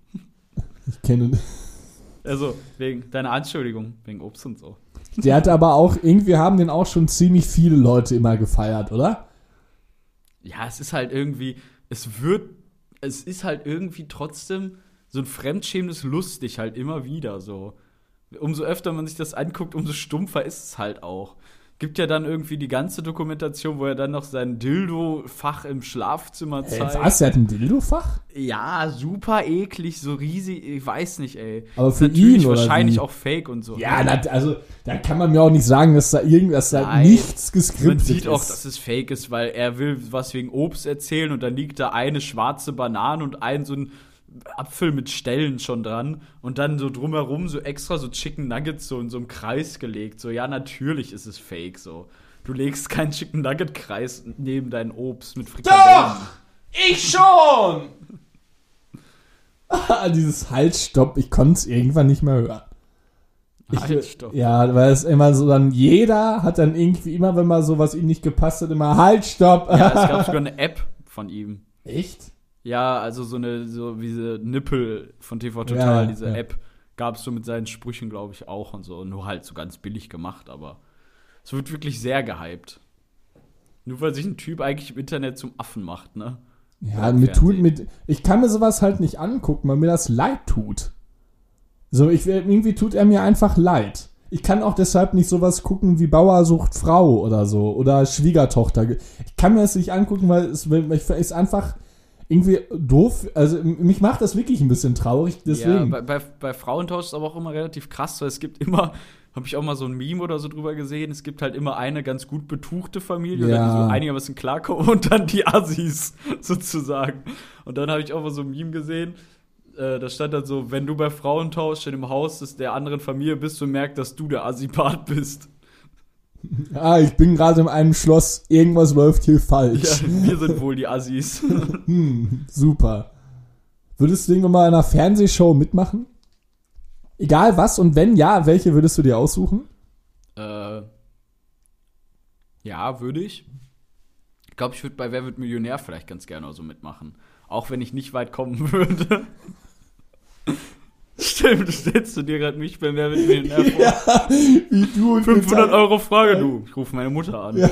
ich kenne.
Also, wegen deiner Anschuldigung, wegen Obst und so.
Der hat aber auch, irgendwie haben den auch schon ziemlich viele Leute immer gefeiert, oder?
Ja, es ist halt irgendwie, es wird, es ist halt irgendwie trotzdem so ein fremdschämendes lustig halt immer wieder so. Umso öfter man sich das anguckt, umso stumpfer ist es halt auch. Gibt ja dann irgendwie die ganze Dokumentation, wo er dann noch sein Dildo-Fach im Schlafzimmer
Hey,
zeigt.
was? Der hat ein Dildo-Fach?
Ja, super eklig, so riesig, ich weiß nicht, ey.
Aber
Ist
für
natürlich
ihn oder
wahrscheinlich
wie?
auch fake und so.
Ja, das, also da kann man mir auch nicht sagen, dass da irgendwas da
Nein.
nichts
Man
geskriptet
sieht auch,
ist.
dass es fake ist, weil er will was wegen Obst erzählen und dann liegt da eine schwarze Banane und ein so ein Apfel mit Stellen schon dran und dann so drumherum so extra so Chicken Nuggets so in so einem Kreis gelegt. So, ja, natürlich ist es fake so. Du legst keinen Chicken Nugget Kreis neben dein Obst mit Frikadellen.
Doch! Ich schon!
Ah, dieses Haltstopp, ich konnte es irgendwann nicht mehr hören. Ich,
Haltstopp.
Ja, weil es immer so dann, jeder hat dann irgendwie immer, wenn mal so was ihm nicht gepasst hat, immer Haltstopp.
Ja, es gab sogar eine App von ihm.
Echt?
Ja, also so eine, so wie diese Nippel von TV
Ja,
Total,
ja,
diese
ja.
App gab es so mit seinen Sprüchen, glaube ich, auch und so. Nur halt so ganz billig gemacht, aber es wird wirklich sehr gehypt. Nur weil sich ein Typ eigentlich im Internet zum Affen macht, ne?
Ja, mir tut,
Fernsehen.
mit, ich kann mir sowas halt nicht angucken, weil mir das leid tut. So, ich, äh, irgendwie tut er mir einfach leid. Ich kann auch deshalb nicht sowas gucken wie Bauer sucht Frau oder so oder Schwiegertochter. Ich kann mir das nicht angucken, weil es weil ich- ist einfach irgendwie doof. Also mich macht das wirklich ein bisschen traurig,
Ja,
deswegen.
bei, bei, bei Frauentausch ist aber auch immer relativ krass, weil es gibt immer, habe ich auch mal so ein Meme oder so drüber gesehen, es gibt halt immer eine ganz gut betuchte Familie, oder die
Ja.
so einigermaßen klarkommen und dann die Assis sozusagen. Und dann habe ich auch mal so ein Meme gesehen, äh, da stand dann so, wenn du bei Frauentausch in dem Haus des, der anderen Familie bist und merkst, dass du der Assi-Part bist.
ah, ich bin gerade in einem Schloss, irgendwas läuft hier
Ja,
falsch.
wir sind wohl die Assis.
Hm, super. Würdest du irgendwann mal in einer Fernsehshow mitmachen? Egal was und wenn ja, welche würdest du dir aussuchen?
Äh, ja, würde ich. Ich glaube, ich würde bei Wer wird Millionär vielleicht ganz gerne so mitmachen. Auch wenn ich nicht weit kommen würde. Stimmt, stellst du dir gerade mich bei Wer wird Millionär vor?
Wie du und
500 Euro Frage, du. Ich rufe meine Mutter an.
Ja.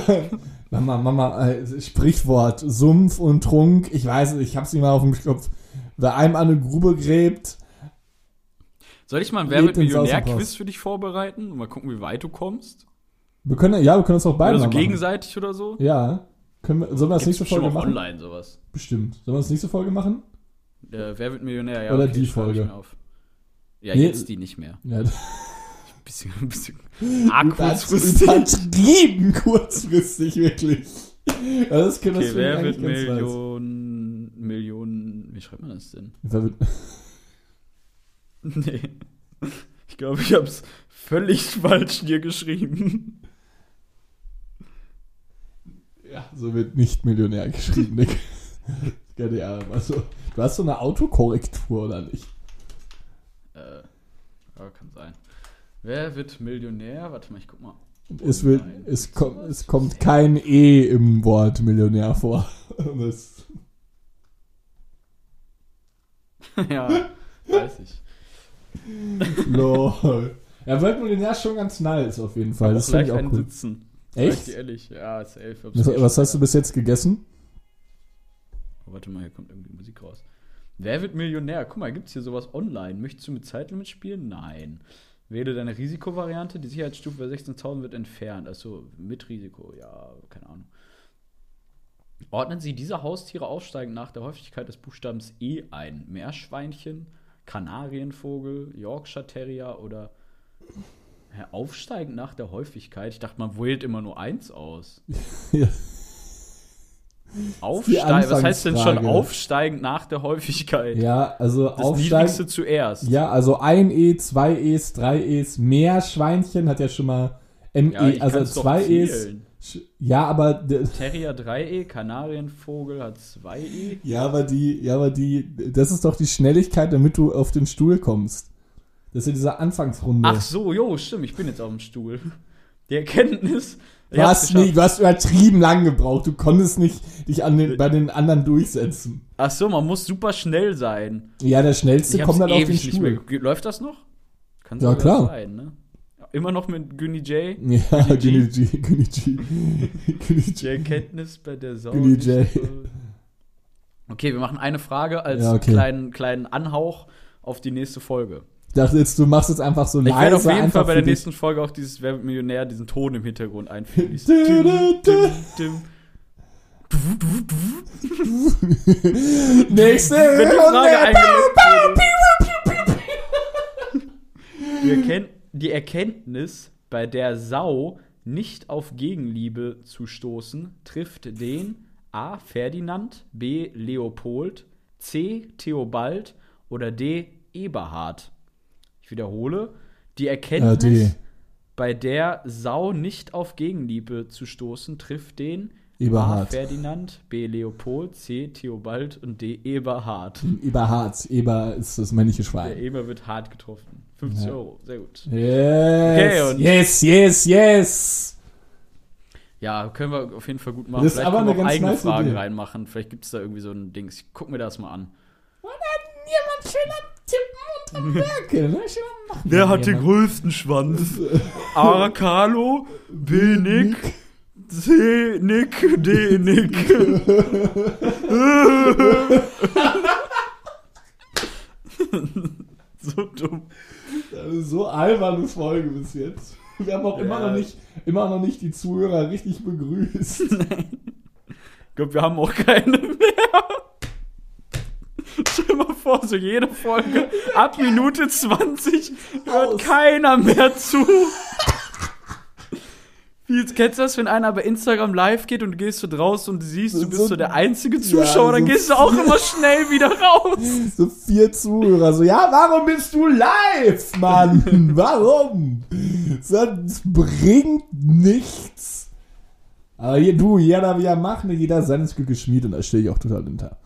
Mama, Mama, äh, Sprichwort, Sumpf und Trunk, ich weiß es, ich hab's nicht mal auf dem Kopf. Wer einem eine Grube gräbt,
Soll ich mal ein Wer wird
Lebt ins
Millionär-Quiz
Außenhaus.
für dich vorbereiten? Und mal gucken, wie weit du kommst?
wir können, ja, wir können das auch beide
Oder so
mal machen.
gegenseitig oder so?
Ja, können wir, sollen wir das
Gibt's
nächste
bestimmt
Folge
auch
machen?
online sowas.
Bestimmt. Sollen wir das nächste Folge machen?
Äh, Wer wird Millionär? Ja,
Oder die
schreibe ich
Folge.
mir auf. Ja,
Nee.
jetzt die nicht mehr.
Ja,
Bisschen, bisschen arg
das
kurzfristig.
übertrieben kurzfristig, wirklich. Ja, das können wir
Okay,
das
wer
eigentlich
wird
ganz nice.
Millionen, Millionen, wie schreibt man das denn?
Wer wird
Nee. Ich glaube, ich hab's völlig falsch dir geschrieben.
Ja, so wird nicht Millionär geschrieben, Nick. ja, also, du hast so eine Autokorrektur, oder nicht?
Äh, ja, kann sein. Wer wird Millionär? Warte mal, ich guck mal.
Es, wird,
Nein.
es, kommt, es kommt kein E im Wort Millionär vor. Das,
ja, weiß ich.
lol. Ja, wird Millionär ist schon ganz nice auf jeden Fall. Das finde
Vielleicht
ich auch
einen
cool.
sitzen. Sag ich dir
Echt?
ehrlich. Ja, ist elf. Oh,
Was, was hast du bis jetzt gegessen?
Warte mal, hier kommt irgendwie Musik raus. Wer wird Millionär? Guck mal, gibt's hier sowas online? Möchtest du mit Zeitlimit spielen? Nein. Wähle deine Risikovariante. Die Sicherheitsstufe bei 16.000 wird entfernt. Also mit Risiko. Ja, keine Ahnung. Ordnen Sie diese Haustiere aufsteigend nach der Häufigkeit des Buchstabens E ein. Meerschweinchen, Kanarienvogel, Yorkshire Terrier oder Hä, aufsteigend nach der Häufigkeit. Ich dachte, man wählt immer nur eins aus.
Ja. Die
Aufsteigend. Was heißt denn schon
Anfangsfrage.
aufsteigend nach der Häufigkeit?
Ja, also
Das Niedrigste
aufsteigen.
zuerst.
Ja, also ein E, zwei Es, drei Es, mehr Schweinchen hat ja schon mal ME,
Ja, ich
also
kann's doch
zwei Es.
zählen.
Sch- Ja, aber d-
Terrier 3E, Kanarienvogel hat E. 2E.
Ja, aber die, ja, aber die, das ist doch die Schnelligkeit, damit du auf den Stuhl kommst. Das ist ja diese Anfangsrunde.
Ach so, jo, stimmt, ich bin jetzt auf dem Stuhl. Die Erkenntnis. ich
du,
hab's
hast nicht,
geschafft.
du hast übertrieben lang gebraucht. Du konntest nicht dich an den, bei den anderen durchsetzen.
Ach so, man muss super schnell sein.
Ja, der Schnellste
hab's
kommt dann auf den
nicht mehr.
Stuhl.
ge- Läuft das noch? Kann
Ja,
sogar
klar.
sein, ne? Ja, Immer noch mit Günni J.
Ja, Günni
Günni
G. Günni G. Günni
Die
G.
Erkenntnis bei der Sau.
Günni
nicht
J.
so- Okay, wir machen eine Frage als
Ja, okay.
kleinen, kleinen Anhauch auf die nächste Folge.
Ich dachte jetzt, du machst jetzt einfach so
Ich
leise.
werde auf jeden
einfach
Fall bei
für
der
dich.
nächsten Folge auch dieses Wer wird Millionär, diesen Ton im Hintergrund einfügen. Dieses
Du, du,
Dim,
du.
dim, dim. Du, du, du.
Nächste
Wenn die Frage
Runde.
eingeloggt wurde. Die Erkenn- Die Erkenntnis, bei der Sau nicht auf Gegenliebe zu stoßen, trifft den A. Ferdinand, B. Leopold, C. Theobald oder D. Eberhard. Ich wiederhole. Die
Ja,
Erkenntnis,
Äh, die
bei der Sau nicht auf Gegenliebe zu stoßen, trifft den A.
Eberhard.
Ferdinand, B. Leopold, C. Theobald und D. Eberhard.
Hm. Eberhards. Eber ist das männliche Schwein.
Der Eber wird hart getroffen. 50 Euro, sehr gut.
Yes,
Okay, und-
yes, yes, yes.
Ja, können wir auf jeden Fall gut machen.
Das ist
Vielleicht
aber
können wir
eine
auch
ganz
eigene
nice
Fragen
Idee.
reinmachen. Vielleicht gibt es da irgendwie so ein Dings. Ich guck mir das mal an.
Niemand schön am Tippen und am Werkeln. Ne? Schön am Machen. ne?
Wer hat den größten Schwanz? A. Carlo, B. Nick, C. Nick, D. Nick. so dumm.
Das ist Also, so alberne Folge bis jetzt. Wir haben auch immer,
Ja.
noch nicht, immer noch nicht die Zuhörer richtig begrüßt.
Ich glaube, wir haben auch keine mehr. Stell dir mal vor, so jede Folge ab Minute 20 hört
Aus.
keiner mehr zu. Wie jetzt kennst du das, wenn einer bei Instagram live geht und du gehst so draus und du siehst, du
So-
bist so, der einzige Zuschauer,
so
dann gehst du auch immer schnell wieder raus.
So vier Zuhörer, so, ja, warum bist du live, Mann? Warum? Das bringt nichts. Aber hier, du, jeder wie er macht, ne, jeder ist seines Glückes Schmied und da stehe ich auch total hinter.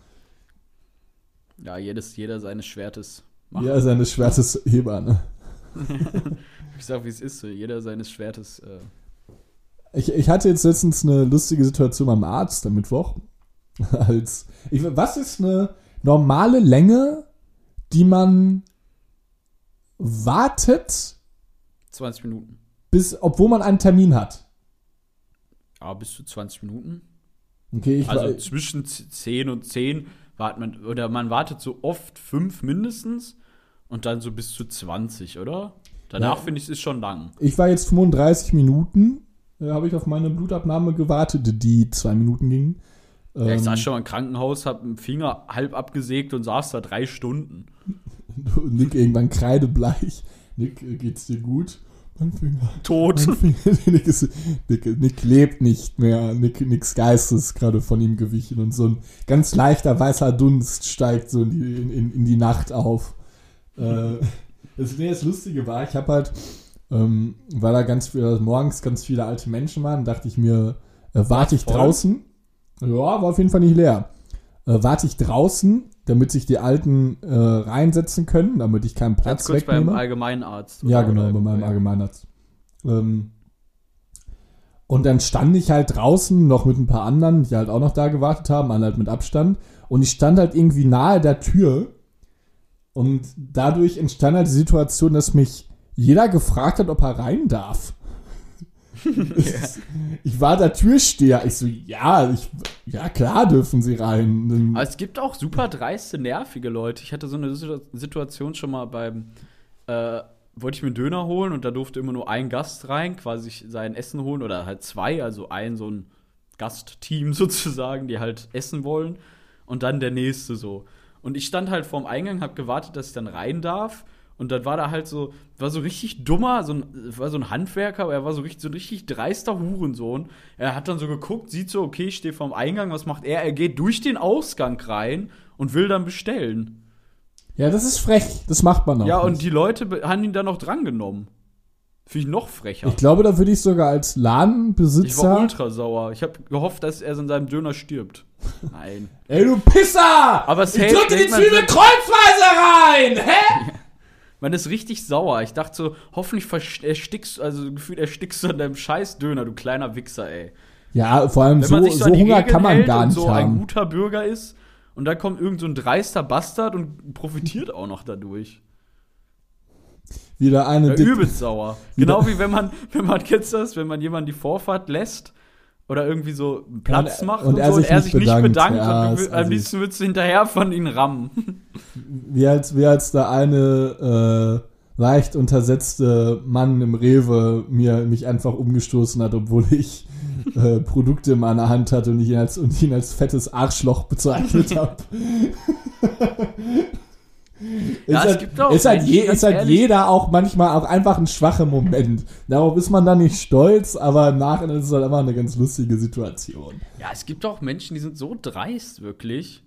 Ja, jedes, jeder seines Schwertes. Macht.
Jeder seines Schwertes Heber, ne?
Ich sag, wie es ist, so jeder seines Schwertes. Äh,
Ich, ich hatte jetzt letztens eine lustige Situation beim Arzt am Mittwoch. Als, ich, was ist eine normale Länge, die man wartet,
20 Minuten.
bis, obwohl man einen Termin hat?
Ja, bis zu 20 Minuten.
Okay, ich
Also
war-
zwischen z- 10 und 10 wartet man, oder man wartet so oft 5 mindestens und dann so bis zu 20, oder? Danach
Ja.
finde ich es ist schon lang.
Ich war jetzt 35 Minuten, äh, habe ich auf meine Blutabnahme gewartet, die zwei Minuten ging.
Ja,
Ähm.
ich saß schon mal im Krankenhaus, hab einen Finger halb abgesägt und saß da drei Stunden.
Nick irgendwann kreidebleich. Nick, äh, geht's dir gut? Mein Finger.
Tot.
Mein Finger. Nick, ist, Nick, Nick lebt nicht mehr. Nick, Nicks Geist ist gerade von ihm gewichen und so ein ganz leichter weißer Dunst steigt so in die, in, in, in die Nacht auf. Äh, das, nee, das Lustige war, ich habe halt, ähm, weil da ganz viele, morgens ganz viele alte Menschen waren, dachte ich mir, äh, warte ich
voll?
draußen. Ja, war auf jeden Fall nicht leer. Äh, warte ich draußen, damit sich die Alten äh, reinsetzen können, damit ich keinen
Ganz
Platz
kurz
wegnehme.
beim Allgemeinarzt.
Ja,
oder?
genau,
Oder-
bei meinem
ja.
Allgemeinarzt. Ähm, und dann stand ich halt draußen noch mit ein paar anderen, die halt auch noch da gewartet haben, alle halt mit Abstand. Und ich stand halt irgendwie nahe der Tür. Und dadurch entstand halt die Situation, dass mich jeder gefragt hat, ob er rein darf. Es- Ich war der Türsteher. Ich so, ja, ich, ja klar dürfen sie rein. Dann-
Aber es gibt auch super dreiste, nervige Leute. Ich hatte so eine Situ- Situation schon mal beim, äh, wollte ich mir einen Döner holen und da durfte immer nur ein Gast rein, quasi sich sein Essen holen oder halt zwei, also ein so ein Gastteam sozusagen, die halt essen wollen und dann der nächste so. Und ich stand halt vorm Eingang, hab gewartet, dass ich dann rein darf. Und dann war da halt so, war so richtig dummer, so ein, war so ein Handwerker, aber er war so richtig, so ein richtig dreister Hurensohn. Er hat dann so geguckt, sieht so, okay, ich stehe vorm Eingang, was macht er? Er geht durch den Ausgang rein und will dann bestellen.
Ja, das ist frech. Das macht man auch.
ja, und
nicht.
die Leute be- haben ihn dann noch drangenommen. Finde ich noch frecher.
ich glaube, da würde ich sogar als Ladenbesitzer.
Ich war ultra sauer. Ich habe gehofft, dass er in seinem Döner stirbt. Nein.
Ey, du Pisser!
Aber es
ich
hält-
drücke die
denkt man
Zwiebel
so-
kreuzweise rein! Hä?
Man ist richtig sauer. Ich dachte so, hoffentlich versch- erstickst, also gefühlt erstickst du an deinem scheiß Döner, du kleiner Wichser, ey.
Ja, vor allem
Wenn man
so,
sich so,
so
an die
Hunger
Regeln
kann man
hält
gar
und
nicht
so ein
haben.
guter Bürger ist und dann kommt irgend so ein dreister Bastard und profitiert auch noch dadurch.
Wieder eine
Ja,
dick-
übelst sauer. Genau wie wenn man, wenn man kennst du das, wenn man jemanden die Vorfahrt lässt oder irgendwie so Platz
Und-
macht
und er
so,
sich nicht bedankt. Ja, also
und du,
ist
will- am
assi.
liebsten würdest du hinterher von ihnen rammen.
Wie als, wie als der eine äh, leicht untersetzte Mann im Rewe mir mich einfach umgestoßen hat, obwohl ich äh, Produkte in meiner Hand hatte und ich ihn als, und ihn als fettes Arschloch bezeichnet habe.
Ja,
ist
es
halt,
gibt auch
ist halt, je,
Menschen, ganz
ist halt
ehrlich.
jeder auch manchmal auch einfach ein schwacher Moment. Darauf ist man dann nicht stolz, aber im Nachhinein ist es halt einfach eine ganz lustige Situation.
Ja, es gibt auch Menschen, die sind so dreist, wirklich.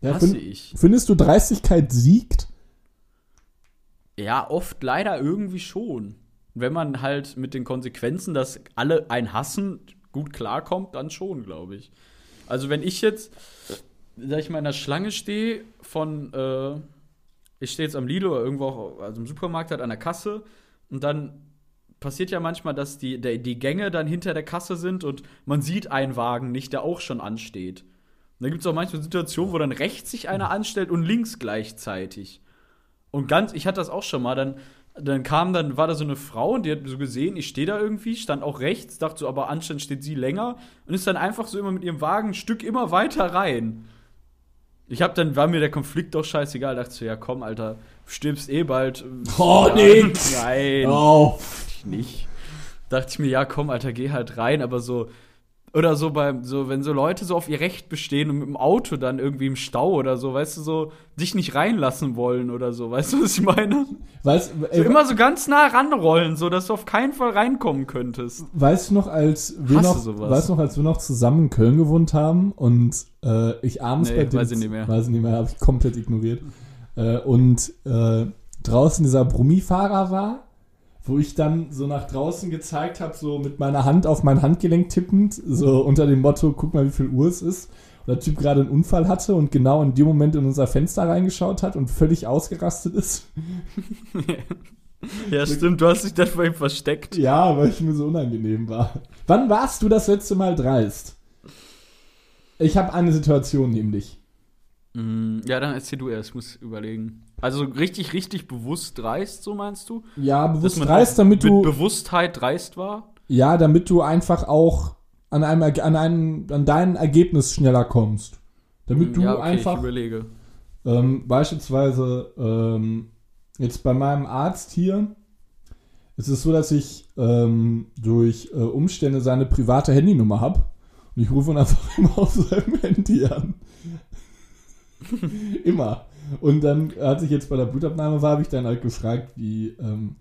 Ja,
Hasse
fin-
ich.
Findest du Dreistigkeit siegt?
Ja, oft leider irgendwie schon. Wenn man halt mit den Konsequenzen, dass alle einen hassen, gut klarkommt, dann schon, glaube ich. Also wenn ich jetzt, sag ich mal, in der Schlange stehe von, äh, ich stehe jetzt am Lidl oder irgendwo auch, also im Supermarkt halt an der Kasse und dann passiert ja manchmal, dass die, der, die Gänge dann hinter der Kasse sind und man sieht einen Wagen nicht, der auch schon ansteht. Und da gibt es auch manchmal Situationen, wo dann rechts sich einer anstellt und links gleichzeitig. Und ganz, ich hatte das auch schon mal, dann, dann kam, dann war da so eine Frau und die hat so gesehen, ich stehe da irgendwie, stand auch rechts, dachte so, aber anscheinend steht sie länger und ist dann einfach so immer mit ihrem Wagen ein Stück immer weiter rein. Ich hab dann, war mir der Konflikt doch scheißegal, dachte so, ja komm, Alter, stirbst eh bald.
Oh,
ja,
nix.
Nein
Oh,
ich nicht. Dachte ich mir, ja, komm, Alter, geh halt rein, aber so. Oder so beim, so, wenn so Leute so auf ihr Recht bestehen und mit dem Auto dann irgendwie im Stau oder so, weißt du, so dich nicht reinlassen wollen oder so, weißt du, was ich meine?
weißt,
So,
ey,
immer so ganz nah ranrollen, so dass du auf keinen Fall reinkommen könntest.
weißt du noch, als wir
Hasse
noch,
sowas.
weißt du noch, als wir noch zusammen in Köln gewohnt haben und äh, ich abends
Nee,
bei dir,
weiß ich nicht mehr.
weiß ich nicht mehr, habe ich komplett ignoriert. Äh, und äh, draußen dieser Brummifahrer war, wo ich dann so nach draußen gezeigt habe, so mit meiner Hand auf mein Handgelenk tippend, so unter dem Motto, guck mal, wie viel Uhr es ist. Und der Typ gerade einen Unfall hatte und genau in dem Moment in unser Fenster reingeschaut hat und völlig ausgerastet ist.
Ja, stimmt, du hast dich dann vor ihm versteckt.
Ja, weil ich mir so unangenehm war. Wann warst du das letzte Mal dreist? Ich habe eine Situation nämlich.
Mm, Ja, dann erzähl du erst, ich muss überlegen. Also richtig, richtig bewusst dreist, so meinst du?
Ja,
Dass
bewusst
man
dreist,
auch
damit
mit
du
Bewusstheit dreist war?
ja, damit du einfach auch an einem Erge- an einem an dein Ergebnis schneller kommst. Damit du
Mhm, Hm, ja, okay, ich
einfach
überlege.
Ähm, beispielsweise ähm, jetzt bei meinem Arzt hier es ist so, dass ich ähm, durch äh, Umstände seine private Handynummer habe und ich rufe ihn einfach immer auf seinem Handy an. immer. Und dann hatte ich jetzt bei der Blutabnahme war, habe ich dann halt gefragt, wie, ähm,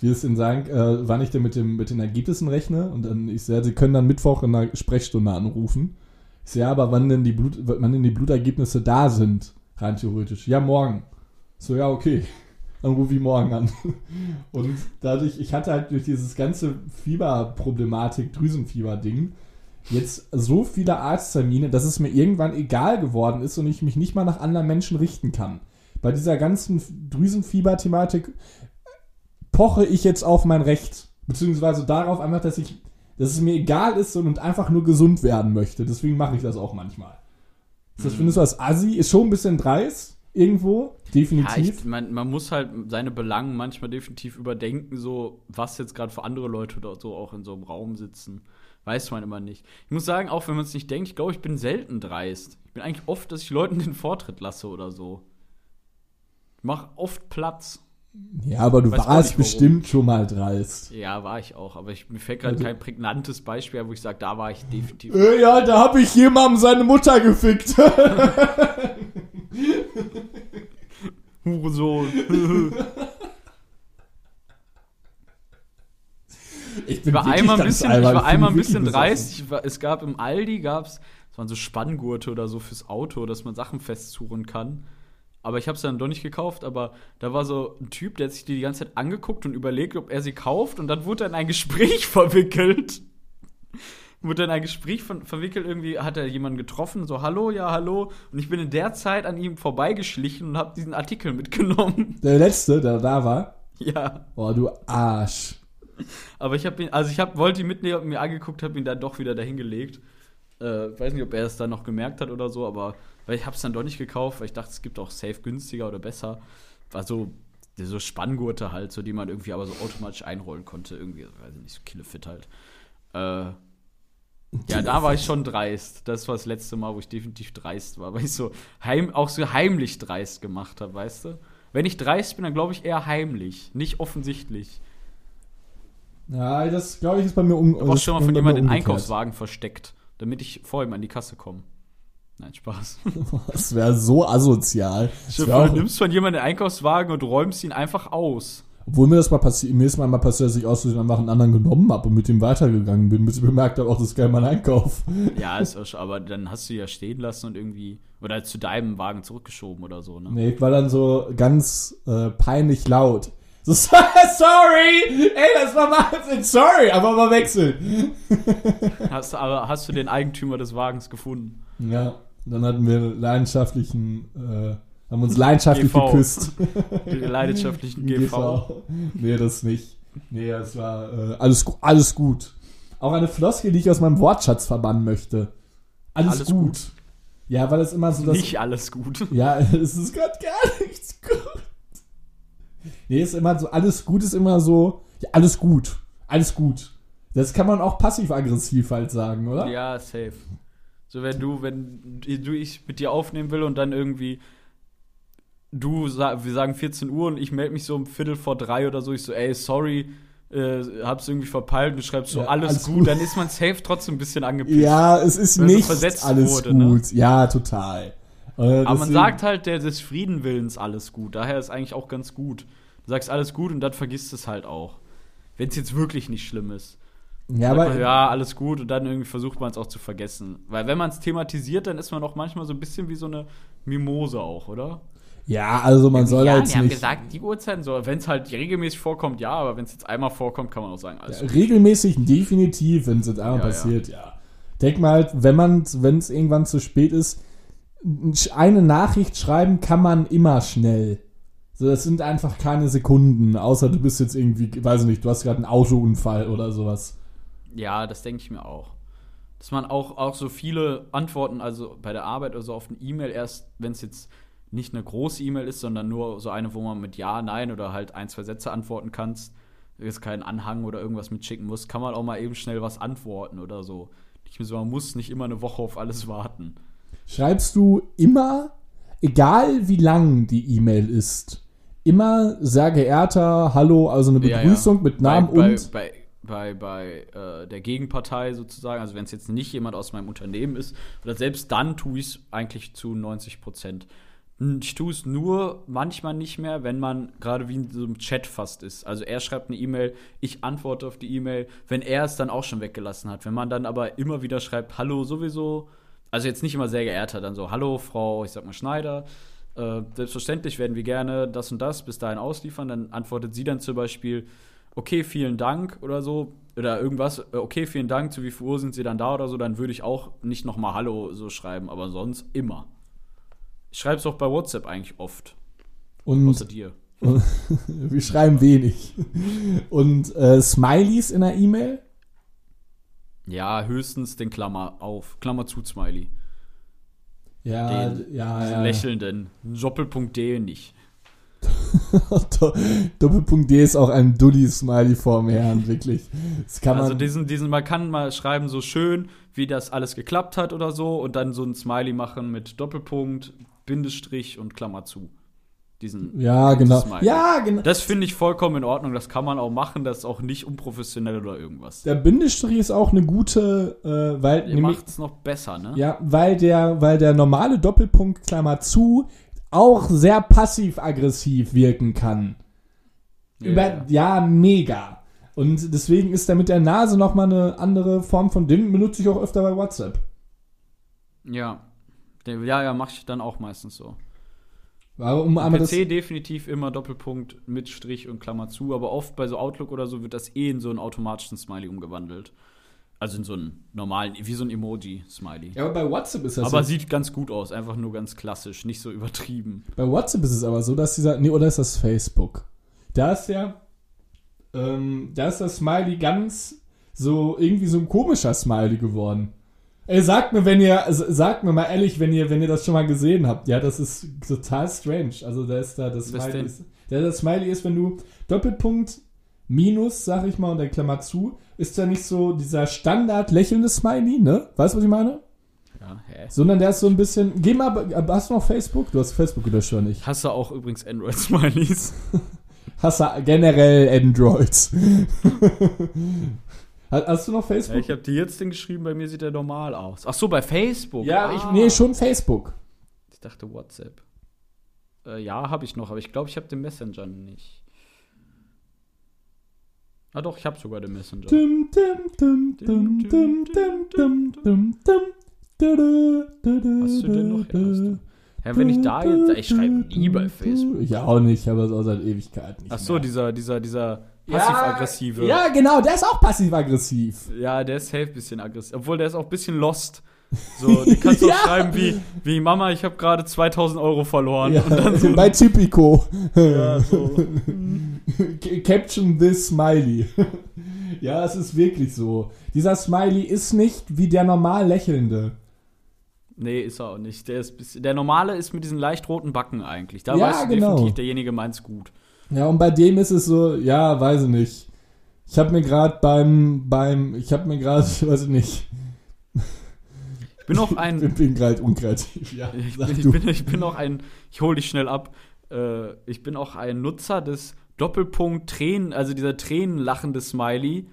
wie es in sein, äh, wann ich denn mit, dem, mit den Ergebnissen rechne. Und dann ich sage, sie können dann Mittwoch in einer Sprechstunde anrufen. Ich so, ja, aber wann denn die, Blut, wann denn die Blutergebnisse da sind, rein theoretisch. Ja, morgen. So, ja, okay. Dann rufe ich morgen an. Und dadurch, ich hatte halt durch dieses ganze Fieberproblematik, Drüsenfieber-Ding, jetzt so viele Arzttermine, dass es mir irgendwann egal geworden ist und ich mich nicht mal nach anderen Menschen richten kann. Bei dieser ganzen Drüsenfieber-Thematik poche ich jetzt auf mein Recht. Beziehungsweise darauf einfach, dass ich dass es mir egal ist und einfach nur gesund werden möchte. Deswegen mache ich das auch manchmal. Das findest du als Assi? Ist schon ein bisschen dreist irgendwo,
Mhm. Ja, ich,
definitiv.
man, man muss halt seine Belangen manchmal definitiv überdenken, so was jetzt gerade für andere Leute da so auch in so einem Raum sitzen. Weiß man immer nicht. Ich muss sagen, auch wenn man es nicht denkt, ich glaube, ich bin selten dreist. Ich bin eigentlich oft, dass ich Leuten den Vortritt lasse oder so. Ich mach oft Platz.
ja, aber du
weiß auch nicht,
warst
warum.
bestimmt schon mal dreist.
Ja, war ich auch, aber ich, mir fällt gerade
Also-
kein prägnantes Beispiel ein, wo ich sage, da war ich definitiv.
Äh, ja, da habe ich jemandem seine Mutter gefickt.
Hurensohn.
Ich
Ich
bin
war
wirklich
einmal ein
ganz
bisschen, ich
albern.
war
bin
einmal ein
wirklich
bisschen
besoffen.
dreist. Ich war, es gab im Aldi gab's, es waren so Spanngurte oder so fürs Auto, dass man Sachen festsuchen kann. Aber ich habe es dann doch nicht gekauft. Aber da war so ein Typ, der hat sich die die ganze Zeit angeguckt und überlegt, ob er sie kauft. Und dann wurde er in ein Gespräch verwickelt. Wurde in ein Gespräch von, verwickelt, irgendwie hat er jemanden getroffen, so hallo, ja, hallo. Und ich bin in der Zeit an ihm vorbeigeschlichen und habe diesen Artikel mitgenommen.
Der letzte, der da war.
ja.
Oh, du Arsch.
Aber ich habe ihn, also ich hab, wollte ihn mitnehmen, hab mir angeguckt, habe ihn dann doch wieder dahingelegt. Äh, weiß nicht, ob er es dann noch gemerkt hat oder so, aber weil ich habe es dann doch nicht gekauft, weil ich dachte, es gibt auch safe günstiger oder besser. War so, so Spanngurte halt, so die man irgendwie aber so automatisch einrollen konnte. Irgendwie, weiß ich nicht, so Killefit halt. Äh, ja, da war ich schon dreist. Das war das letzte Mal, wo ich definitiv dreist war, weil ich so heim, auch so heimlich dreist gemacht habe, weißt du? Wenn ich dreist bin, dann glaube ich eher heimlich, nicht offensichtlich.
Ja, das glaube ich ist bei mir um.
Ich habe auch
das
schon mal von
ist bei mir
jemandem den
umgekehrt.
Einkaufswagen versteckt, damit ich vor ihm an die Kasse komme. Nein, Spaß.
Das wäre so asozial. Das wär
Du
auch,
nimmst von jemandem den Einkaufswagen und räumst ihn einfach aus.
obwohl mir das mal passiert, mir ist mal mal passiert, dass ich aus Versehen einfach einen anderen genommen habe und mit dem weitergegangen bin, bis ich bemerkt habe, auch das ist geil mein Einkauf.
Ja, ist auch sch- aber dann hast du ihn ja stehen lassen und irgendwie. Oder zu deinem Wagen zurückgeschoben oder so, ne?
Nee, ich war dann so ganz äh, peinlich laut. So, sorry! Ey, das war Wahnsinn! Sorry, aber mal wechseln.
Hast, aber hast du den Eigentümer des Wagens gefunden?
Ja, dann hatten wir leidenschaftlichen, äh, haben uns leidenschaftlich
GV.
geküsst.
Den leidenschaftlichen GV.
GV. Nee, das nicht. Nee, das war äh, alles, gu- alles gut. Auch eine Floskel, die ich aus meinem Wortschatz verbannen möchte. Alles,
Alles
gut.
gut.
Ja, weil es immer so das.
Nicht alles gut.
Ja, es ist gerade gar nichts gut. Nee, ist immer so, alles gut ist immer so, ja, alles gut, alles gut. Das kann man auch passiv-aggressiv halt sagen, oder?
Ja, safe. So, wenn du, wenn du ich mit dir aufnehmen will und dann irgendwie du, sa- wir sagen 14 Uhr und ich melde mich so um Viertel vor drei oder so, ich so, ey, sorry, äh, hab's irgendwie verpeilt und du schreibst so,
Ja,
alles,
alles
gut,
gut.
dann ist man safe trotzdem ein bisschen angepisst.
Ja, es ist
Wenn es so
nicht
versetzt
alles
wurde, ne?
gut. Ja, total. Äh,
Aber man
deswegen-
sagt halt der, des Friedenwillens alles gut. Daher ist eigentlich auch ganz gut. Du sagst alles gut und dann vergisst es halt auch. Wenn es jetzt wirklich nicht schlimm ist.
ja,
Sagt
aber,
man, ja, alles gut und dann irgendwie versucht man es auch zu vergessen. Weil wenn man es thematisiert, dann ist man auch manchmal so ein bisschen wie so eine Mimose auch, oder?
ja, also man soll
ja,
halt
die haben
nicht.
gesagt, die Uhrzeiten so. Wenn es halt regelmäßig vorkommt, ja, aber wenn es jetzt einmal vorkommt, kann man auch sagen, alles gut.
regelmäßig definitiv, wenn es jetzt
Ja,
einmal
ja.
passiert, ja. Denk mal halt, wenn man, wenn es irgendwann zu spät ist, eine Nachricht schreiben kann man immer schnell. So, das sind einfach keine Sekunden, außer du bist jetzt irgendwie, weiß ich nicht, du hast gerade einen Autounfall oder sowas.
Ja, das denke ich mir auch. Dass man auch, auch so viele Antworten, also bei der Arbeit oder so auf eine E-Mail erst, wenn es jetzt nicht eine große E-Mail ist, sondern nur so eine, wo man mit Ja, Nein oder halt ein, zwei Sätze antworten kannst, jetzt keinen Anhang oder irgendwas mitschicken muss, kann man auch mal eben schnell was antworten oder so. Ich muss, man muss nicht immer eine Woche auf alles warten.
Schreibst du immer, egal wie lang die E-Mail ist, immer sehr geehrter, hallo, also eine
Ja, ja.
Begrüßung mit Namen
bei,
und.
Bei, bei, bei, bei äh, der Gegenpartei sozusagen, also wenn es jetzt nicht jemand aus meinem Unternehmen ist, oder selbst dann tue ich es eigentlich zu 90 Prozent. Ich tue es nur manchmal nicht mehr, wenn man gerade wie in so einem Chat fast ist. Also er schreibt eine E-Mail, ich antworte auf die E-Mail, wenn er es dann auch schon weggelassen hat. Wenn man dann aber immer wieder schreibt, hallo sowieso, also jetzt nicht immer sehr geehrter, dann so, hallo Frau, ich sag mal Schneider, äh, selbstverständlich werden wir gerne das und das bis dahin ausliefern. Dann antwortet sie dann zum Beispiel, okay, vielen Dank oder so. Oder irgendwas, äh, okay, vielen Dank, zu wie viel Uhr sind Sie dann da oder so, dann würde ich auch nicht nochmal Hallo so schreiben, aber sonst immer. Ich schreibe es auch bei WhatsApp eigentlich oft, außer
und
dir.
wir schreiben wenig. Und äh, Smileys in der E-Mail?
Ja, höchstens den Klammer auf, Klammer zu Smiley.
Ja,
Den-
ja,
Diesen
Ah, ja.
lächelnden, Doppelpunkt D nicht.
Do- Doppelpunkt D ist auch ein Dulli-Smiley vorm Herrn, wirklich. Das kann
Also
man.
diesen, diesen, man kann mal schreiben, so schön, wie das alles geklappt hat oder so, und dann so ein Smiley machen mit Doppelpunkt, Bindestrich und Klammer zu. Diesen.
ja, genau.
Smiley.
Ja, genau.
Das finde ich vollkommen in Ordnung, das kann man auch machen, das ist auch nicht unprofessionell oder irgendwas.
Der Bindestrich ist auch eine gute, äh, weil
Ihr
nämlich,
macht es noch besser, ne?
ja, weil der, weil der normale Doppelpunkt Klammer zu auch sehr passiv-aggressiv wirken kann.
Ja,
Über, ja, mega. Und deswegen ist da mit der Nase nochmal eine andere Form von dem, benutze ich auch öfter bei WhatsApp.
ja. Der- Ja, ja, mach ich dann auch meistens so.
Aber um
Am
aber das,
PC definitiv immer Doppelpunkt mit Strich und Klammer zu, aber oft bei so Outlook oder so wird das eh in so einen automatischen Smiley umgewandelt. Also in so einen normalen, wie so ein Emoji-Smiley.
ja, aber bei WhatsApp ist das
aber
so.
sieht ganz gut aus, einfach nur ganz klassisch, nicht so übertrieben.
Bei WhatsApp ist es aber so, dass dieser, nee, oder ist das Facebook? Da ist ja, ähm, da ist das Smiley ganz so, irgendwie so ein komischer Smiley geworden. Ey, sagt mir, wenn ihr, s- sagt mir mal ehrlich, wenn ihr, wenn ihr das schon mal gesehen habt. Ja, das ist total strange. Also da ist da das
Was
Smiley.
denn?
Ist, da das Smiley ist, wenn du Doppelpunkt Minus, sag ich mal, und dann Klammer zu, ist da nicht so dieser Standard lächelnde Smiley, ne? Weißt du, was ich meine?
Ja, hä?
Sondern der ist so ein bisschen, geh mal, be- hast du noch Facebook? Du hast Facebook oder schon nicht?
Ich hasse auch übrigens Android-Smileys.
Hasse generell Androids. Ha- Hast du noch Facebook?
habe dir jetzt den geschrieben, bei mir sieht der normal aus. Ach so, bei Facebook.
ja,
Ah.
ich, nee, schon Facebook.
Ich dachte WhatsApp. Äh, ja, habe ich noch, aber ich glaube, ich habe den Messenger nicht. Ah doch, ich habe sogar den Messenger.
Dum, dum, dum, dum, dum, dum, dum, dum, dum. Dudu, dudu,
Hast du den noch? Ja, hast
dudu.
du. Hä, wenn ich da jetzt. Ich schreibe nie bei Facebook.
Ich auch nicht, aber es auch seit Ewigkeiten nicht.
Ach so,
mehr.
dieser, dieser, dieser passiv-aggressive.
Ja, genau, der ist auch passiv-aggressiv.
Ja, der ist safe ein bisschen aggressiv. Obwohl, der ist auch ein bisschen lost. So, du kannst auch
Ja.
schreiben wie, wie Mama, ich habe gerade 2000 Euro verloren.
Ja,
Und dann so,
bei Typico.
ja, so.
C- Caption this Smiley. ja, es ist wirklich so. Dieser Smiley ist nicht wie der normal lächelnde.
Nee, ist er auch nicht. Der, ist bisschen, der normale ist mit diesen leicht roten Backen eigentlich. Da
Ja,
weißt du
genau.
definitiv, derjenige meint's gut.
Ja, und bei dem ist es so, ja, weiß ich nicht. Ich habe mir gerade beim, beim, ich habe mir gerade, weiß ich nicht,
Ich bin auch
ich
ein.
bin gerade unkreativ. Ja,
ich,
sag
bin, ich,
du.
bin, ich bin auch ein. Ich hole dich schnell ab. Äh, ich bin auch ein Nutzer des Doppelpunkt Tränen, also dieser Tränenlachende Smiley.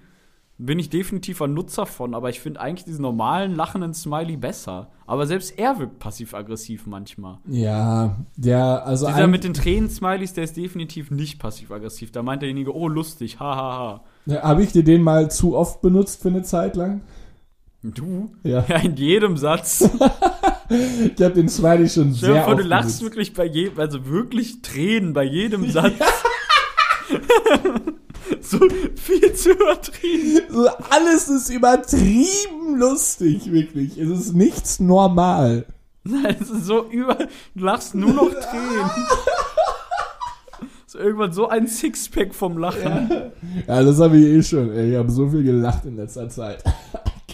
Bin ich definitiv ein Nutzer von, aber ich finde eigentlich diesen normalen lachenden Smiley besser. Aber selbst er wirkt passiv-aggressiv manchmal.
ja, der, also
Dieser
ein-
mit den Tränen-Smileys, der ist definitiv nicht passiv-aggressiv. Da meint derjenige, oh, lustig, hahaha. Ha, ha.
Habe ich dir den mal zu oft benutzt für eine Zeit lang?
Du?
Ja.
Ja, in jedem Satz.
Ich habe den Smiley schon
Stell dir
Oh, sehr
vor,
oft
du lachst
benutzt.
wirklich bei jedem, also wirklich Tränen bei jedem Satz. so viel zu übertrieben.
So, alles ist übertrieben lustig, wirklich. Es ist nichts normal.
Nein, es ist so über, du lachst nur noch Tränen. so irgendwann so ein Sixpack vom Lachen.
Ja, das habe ich eh schon. Ey. Ich habe so viel gelacht in letzter Zeit.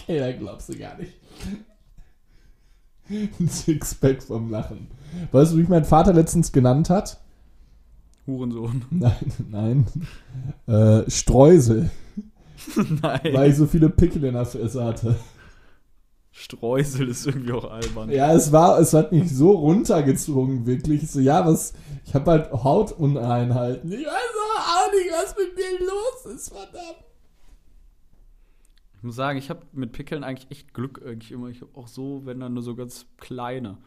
Okay, da glaubst du gar nicht. Ein Sixpack vom Lachen. Weißt du, wie ich mein Vater letztens genannt hat?
Hurensohn.
Nein, nein. Äh, Streusel,
Nein.
weil ich so viele Pickel in der Fresse hatte.
Streusel ist irgendwie auch albern.
Ja, es war, es hat mich so runtergezogen, wirklich. Ich So, ja, was, ich hab halt Hautunreinheiten. Ich weiß aber auch nicht, was mit mir los ist, verdammt.
Ich muss sagen, ich habe mit Pickeln eigentlich echt Glück eigentlich immer. Ich hab auch so, wenn dann nur so ganz kleine.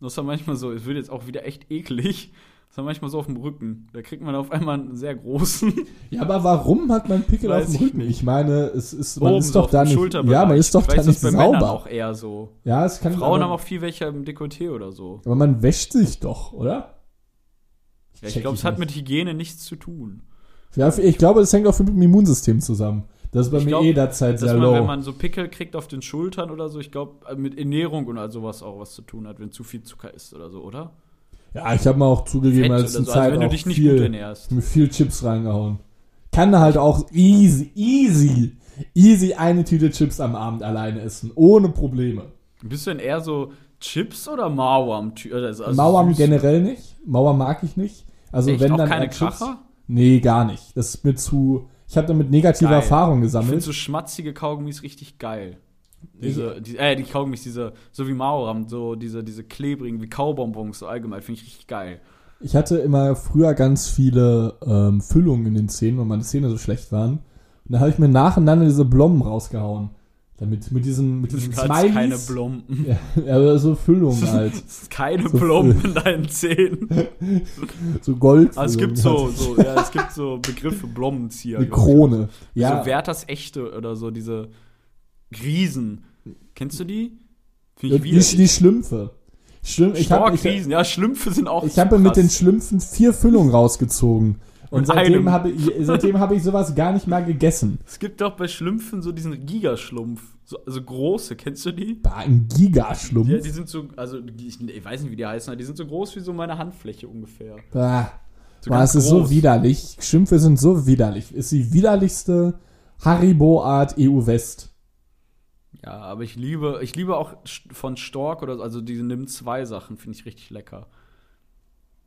Das ist dann manchmal so, es wird jetzt auch wieder echt eklig. Das ist dann manchmal so auf dem Rücken. Da kriegt man auf einmal einen sehr großen.
Ja, aber warum hat man Pickel
Weiß
auf dem
ich
Rücken?
nicht.
Ich meine, es ist, man ist
so
doch da
dem
nicht,
Schulterbereich.
ja, man ist doch
Ich
da
weiß,
nicht
das ist bei Männern
sauber.
auch eher so.
Ja, es kann,
Frauen haben
aber,
auch viel welche im Dekolleté oder so.
aber man wäscht sich doch, oder?
Ja,
Check
ich glaube,
ich
es hat
nicht.
mit Hygiene nichts zu tun.
Ja, ich glaube, das hängt auch viel mit dem Immunsystem zusammen. Das ist bei
Ich
mir
glaub,
eh derzeit
Dass
sehr
man, wenn
low.
man so Pickel kriegt auf den Schultern oder so, ich glaube, mit Ernährung und all sowas auch was zu tun hat, wenn zu viel Zucker ist oder so, oder?
Ja, ich habe mal auch zugegeben,
Fett
als
oder
eine
so, also
Zeit
wenn du
auch
dich nicht
viel,
gut ernährst.
mir viel Chips reingehauen. Kann halt auch easy, easy, easy eine Tüte Chips am Abend alleine essen, ohne Probleme.
Bist du denn eher so Chips oder Mauern? Also, also
Mauern
süß?
generell nicht, Mauer mag ich nicht. Also
Echt?
wenn
Auch
dann
keine
eher Chips,
Kracher?
Nee, gar nicht. Das ist mir zu. Ich habe damit negative
Geil.
Erfahrungen
Ich finde
gesammelt.
so schmatzige Kaugummis richtig geil. Diese, die, äh, die Kaugummis, diese, so wie Mauram, so diese, diese klebrigen, wie Kaubonbons, so allgemein, finde ich richtig geil.
Ich hatte immer früher ganz viele ähm, Füllungen in den Zähnen, weil meine Zähne so schlecht waren. Und da habe ich mir nacheinander diese Blommen rausgehauen. Damit, mit diesen, mit diesen
Du hast keine
Smileys.
Blomben.
Ja, aber so Füllungen halt.
Es ist keine
So
Blomben in deinen Zähnen.
So Gold.
Also es gibt so, so, ja, es gibt so Begriffe Blombenzieher.
Eine
glaub ich.
Krone.
So
Ja,
Werthers Echte oder so, diese Riesen. Kennst du die? Finde
die, die Schlümpfe. Schlüm, ich habe ich,
Storkriesen, ja, Schlümpfe sind auch
ich habe
so
mit den
krass.
Schlümpfen vier Füllungen rausgezogen. Und
Mit
seitdem
einem.
habe ich, seitdem habe ich sowas gar nicht mehr gegessen.
Es gibt doch bei Schlümpfen so diesen Gigaschlumpf. So, also große, kennst du die?
Bah, ein Gigaschlumpf.
Ja, die sind so, also die- ich, ich weiß nicht, wie die heißen, aber die sind so groß wie so meine Handfläche ungefähr.
bah.
So
Boah,
ganz
es ist so
groß.
widerlich. Schimpfe sind so widerlich. Ist die widerlichste Haribo-Art E EU-West.
Ja, aber ich liebe, ich liebe auch Sch- von Stork oder so, also diese nimm zwei Sachen, finde ich richtig lecker.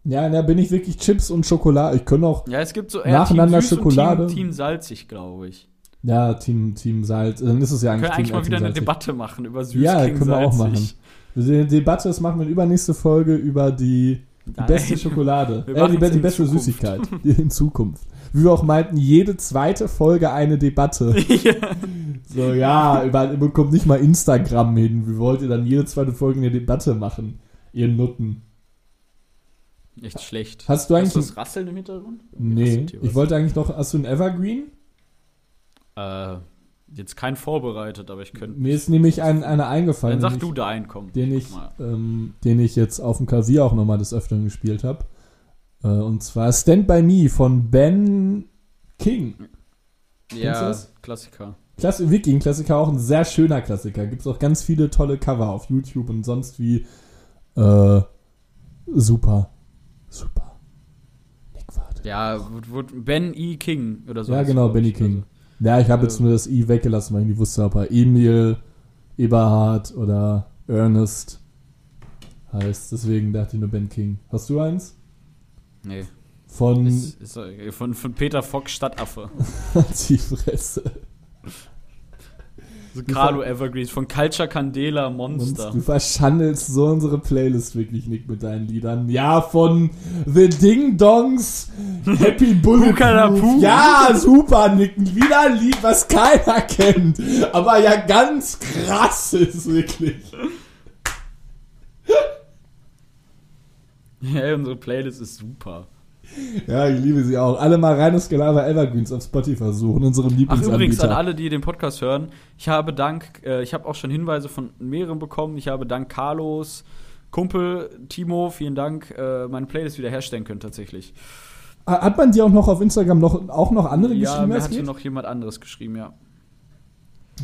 Ja, da bin ich wirklich Chips und Schokolade. Ich könnte auch,
Ja, es gibt so
Nacheinander
Team Süß
Schokolade.
und Team, Team salzig, glaube ich.
ja, Team, Team Salz. Dann ist es ja
Wir
eigentlich
können eigentlich
Team
mal wieder
Team
eine
Salzig.
Debatte machen über Süß
Ja,
gegen
können wir auch
salzig.
Die Debatte, das machen wir in übernächste Folge über die, die
Nein.
beste Schokolade.
Wir
Äh, die,
machen's
be- die
in
beste
Zukunft.
Süßigkeit in Zukunft. Wie wir auch meinten, jede zweite Folge eine Debatte.
ja.
So, ja, über, ihr bekommt nicht mal Instagram hin. Wie wollt ihr dann jede zweite Folge eine Debatte machen? Ihr Nutten.
Echt schlecht.
Hast du eigentlich
Hast du das Rasseln im Hintergrund?
Nee,
Rasselt hier
ich
was?
wollte eigentlich noch, hast du ein Evergreen?
Äh, jetzt kein vorbereitet, aber ich könnte.
Mir ist nämlich ein, einer eingefallen,
Dann sag
den
du da einen, komm.
ich, den, ich,
Mach mal.
ähm, den ich jetzt auf dem Klavier auch nochmal des Öfteren gespielt habe. Äh, und zwar Stand By Me von Ben King. Kennst du
Ja,
das?
Klassiker.
Klasse, wirklich ein Klassiker, auch ein sehr schöner Klassiker. Gibt es auch ganz viele tolle Cover auf YouTube und sonst wie. Äh, super. Super. Nick Warte.
Ja, wird, wird Ben E. King oder so.
Ja,
heißt
genau,
er, glaub
Benny
ich.
King. Ja, ich habe
äh,
jetzt nur das I weggelassen, weil ich nicht wusste, ob er Emil, Eberhard oder Ernest heißt. Deswegen dachte ich nur Ben King. Hast du eins?
Nee.
Von
Ist, ist, äh, von, von Peter Fox Stadtaffe.
die Fresse.
So Carlo Evergreens, von Culture Candela Monster.
Und du verschandelst so unsere Playlist wirklich, Nick, mit deinen Liedern. Ja, von The Ding Dongs, Happy
Bukalapu.
Bulletproof. Ja, super, Nick. Wieder ein Lied, was keiner kennt. Aber ja ganz krass ist, wirklich.
Hey, unsere Playlist ist super.
Ja, ich liebe sie auch. Alle mal reines Gelaber Evergreens auf Spotify suchen, unserem
Ach, übrigens an
Lieblingsanbieter.
alle, die den Podcast hören, ich habe dank, äh, ich habe auch schon Hinweise von mehreren bekommen. Ich habe dank Carlos, Kumpel, Timo, vielen Dank, äh, meine Playlist wiederherstellen können tatsächlich.
Ha- Hat man dir auch noch auf Instagram noch, auch noch andere
Ja,
geschrieben?
mir
als
hat
mir?
hier noch jemand anderes geschrieben, ja.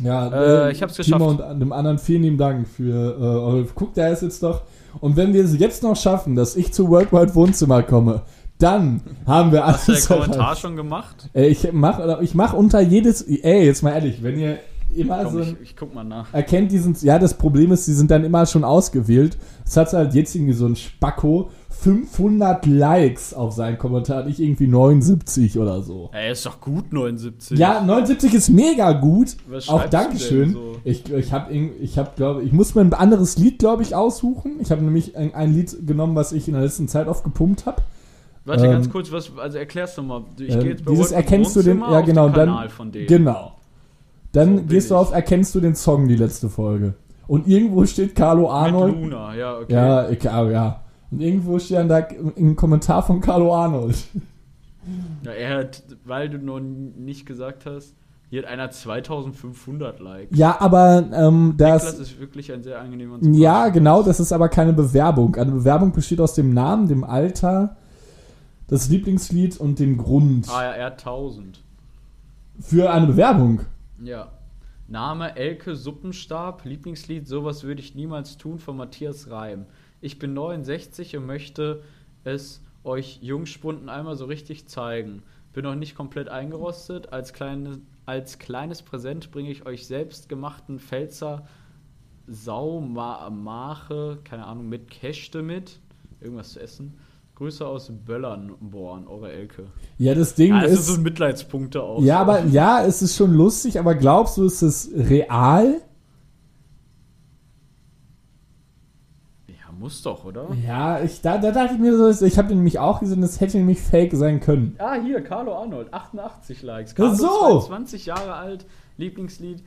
Ja,
Äh, ich hab's
Timo
geschafft.
und an- dem anderen vielen lieben Dank für äh, eure. Guck, da ist jetzt doch. Und wenn wir es jetzt noch schaffen, dass ich zu Worldwide Wohnzimmer komme, dann haben wir alles.
Hast du den Kommentar
erreicht.
schon gemacht?
Ey, ich mach, ich mach unter jedes. Ey, jetzt mal ehrlich, wenn ihr immer
Komm,
so.
ich, ich guck mal nach.
Erkennt diesen. Ja, das Problem ist, die sind dann immer schon ausgewählt. Es hat halt jetzt irgendwie so ein Spacko 500 Likes auf seinen Kommentar, nicht irgendwie 79 oder so.
Ey, ist doch gut, 79.
Ja, 79 ist mega gut.
Was schreibst du
Auch
denn
Dankeschön.
so?
Ich, ich habe, ich hab, glaube ich, muss mir ein anderes Lied, glaube ich, aussuchen. Ich habe nämlich ein, ein Lied genommen, was ich in der letzten Zeit oft gepumpt habe.
Warte
Ähm,
ganz kurz, was, also erklär's nochmal. Ich
Ähm,
geh jetzt bei Wolf
dieses
im
erkennst du den,
Wohnzimmer
ja
auf
genau,
den
dann,
Kanal von denen.
genau.
So
Dann
bin
gehst du
ich.
auf, erkennst du den Song, die letzte Folge. Und irgendwo steht Carlo
Mit
Arnold.
Luna, ja, okay.
Ja, ich, ah, ja. Und irgendwo steht dann da ein Kommentar von Carlo Arnold.
Ja, er hat, weil du noch nicht gesagt hast, hier hat einer 2500 Likes.
Ja, aber ähm, das.
Niklas ist wirklich ein sehr angenehmer und
Ja,
sympathischer
genau,
Mensch.
das ist aber keine Bewerbung. Eine Bewerbung besteht aus dem Namen, dem Alter, das Lieblingslied und dem Grund.
Ah ja, er hat 1000.
Für eine Bewerbung.
Ja. Name Elke Suppenstab, Lieblingslied Sowas würde ich niemals tun von Matthias Reim. Ich bin 69 und möchte es euch Jungspunden einmal so richtig zeigen. Bin noch nicht komplett eingerostet. Als, kleine, als kleines Präsent bringe ich euch selbstgemachten Pfälzer Saumache, keine Ahnung, mit Käste mit. Irgendwas zu essen. Grüße aus Böllernborn, eure Elke.
Ja, das Ding
Ja, Ah, das
ist.
ist so ein Mitleidspunkte auch.
ja, aber ja, es ist schon lustig, aber glaubst du, ist es real?
Ja, muss doch, oder?
Ja, ich, da, da dachte ich mir so, ich habe den nämlich auch gesehen, das hätte nämlich fake sein können.
Ah, hier, Carlo Arnold, 88 Likes.
Ach
Carlo,
so.
22 Jahre alt, Lieblingslied.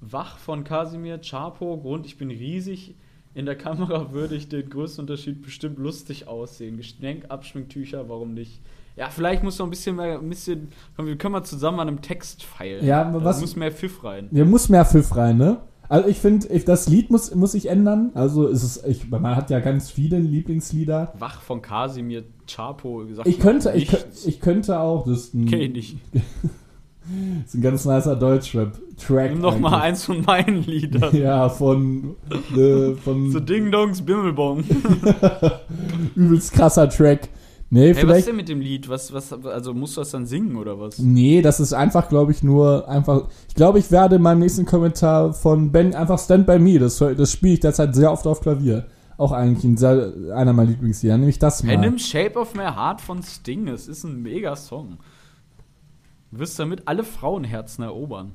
Wach von Kasimir, Chapo, Grund, ich bin riesig. In der Kamera würde ich den größten Unterschied bestimmt lustig aussehen. Geschenk, Abschminktücher, warum nicht? Ja, vielleicht muss noch ein bisschen mehr, ein bisschen, komm, wir können mal zusammen an einem Text feilen.
Ja, aber
da
was-
muss mehr Pfiff rein.
Hier muss mehr Pfiff rein, ne? Also ich finde, ich- das Lied muss, muss ich ändern. Also es ist, ich, man hat ja ganz viele Lieblingslieder.
Wach von Kasimir, Chapo, gesagt.
Ich könnte, ich, kö-
nichts.
ich könnte auch, das ist ein,
Kenn ich nicht.
Das ist ein ganz nicer Deutschrap-Track.
Nimm noch mal
eigentlich.
eins von meinen Liedern.
Ja, von, äh, von
So Ding Dongs, Bimmelbong.
übelst krasser Track. Nee,
Hey, was ist
vielleicht.
denn mit dem Lied? Was, was, also musst du das dann singen oder was?
Nee, das ist einfach, glaube ich, nur einfach. Ich glaube, ich werde in meinem nächsten Kommentar von Ben einfach Stand by Me. Das, hör- das spiele ich derzeit sehr oft auf Klavier. Auch eigentlich ein sehr, einer meiner Lieblingslieder, nämlich das mal.
Hey, nimm Shape of My Heart von Sting. Das ist ein mega Song. Du wirst damit alle Frauenherzen erobern.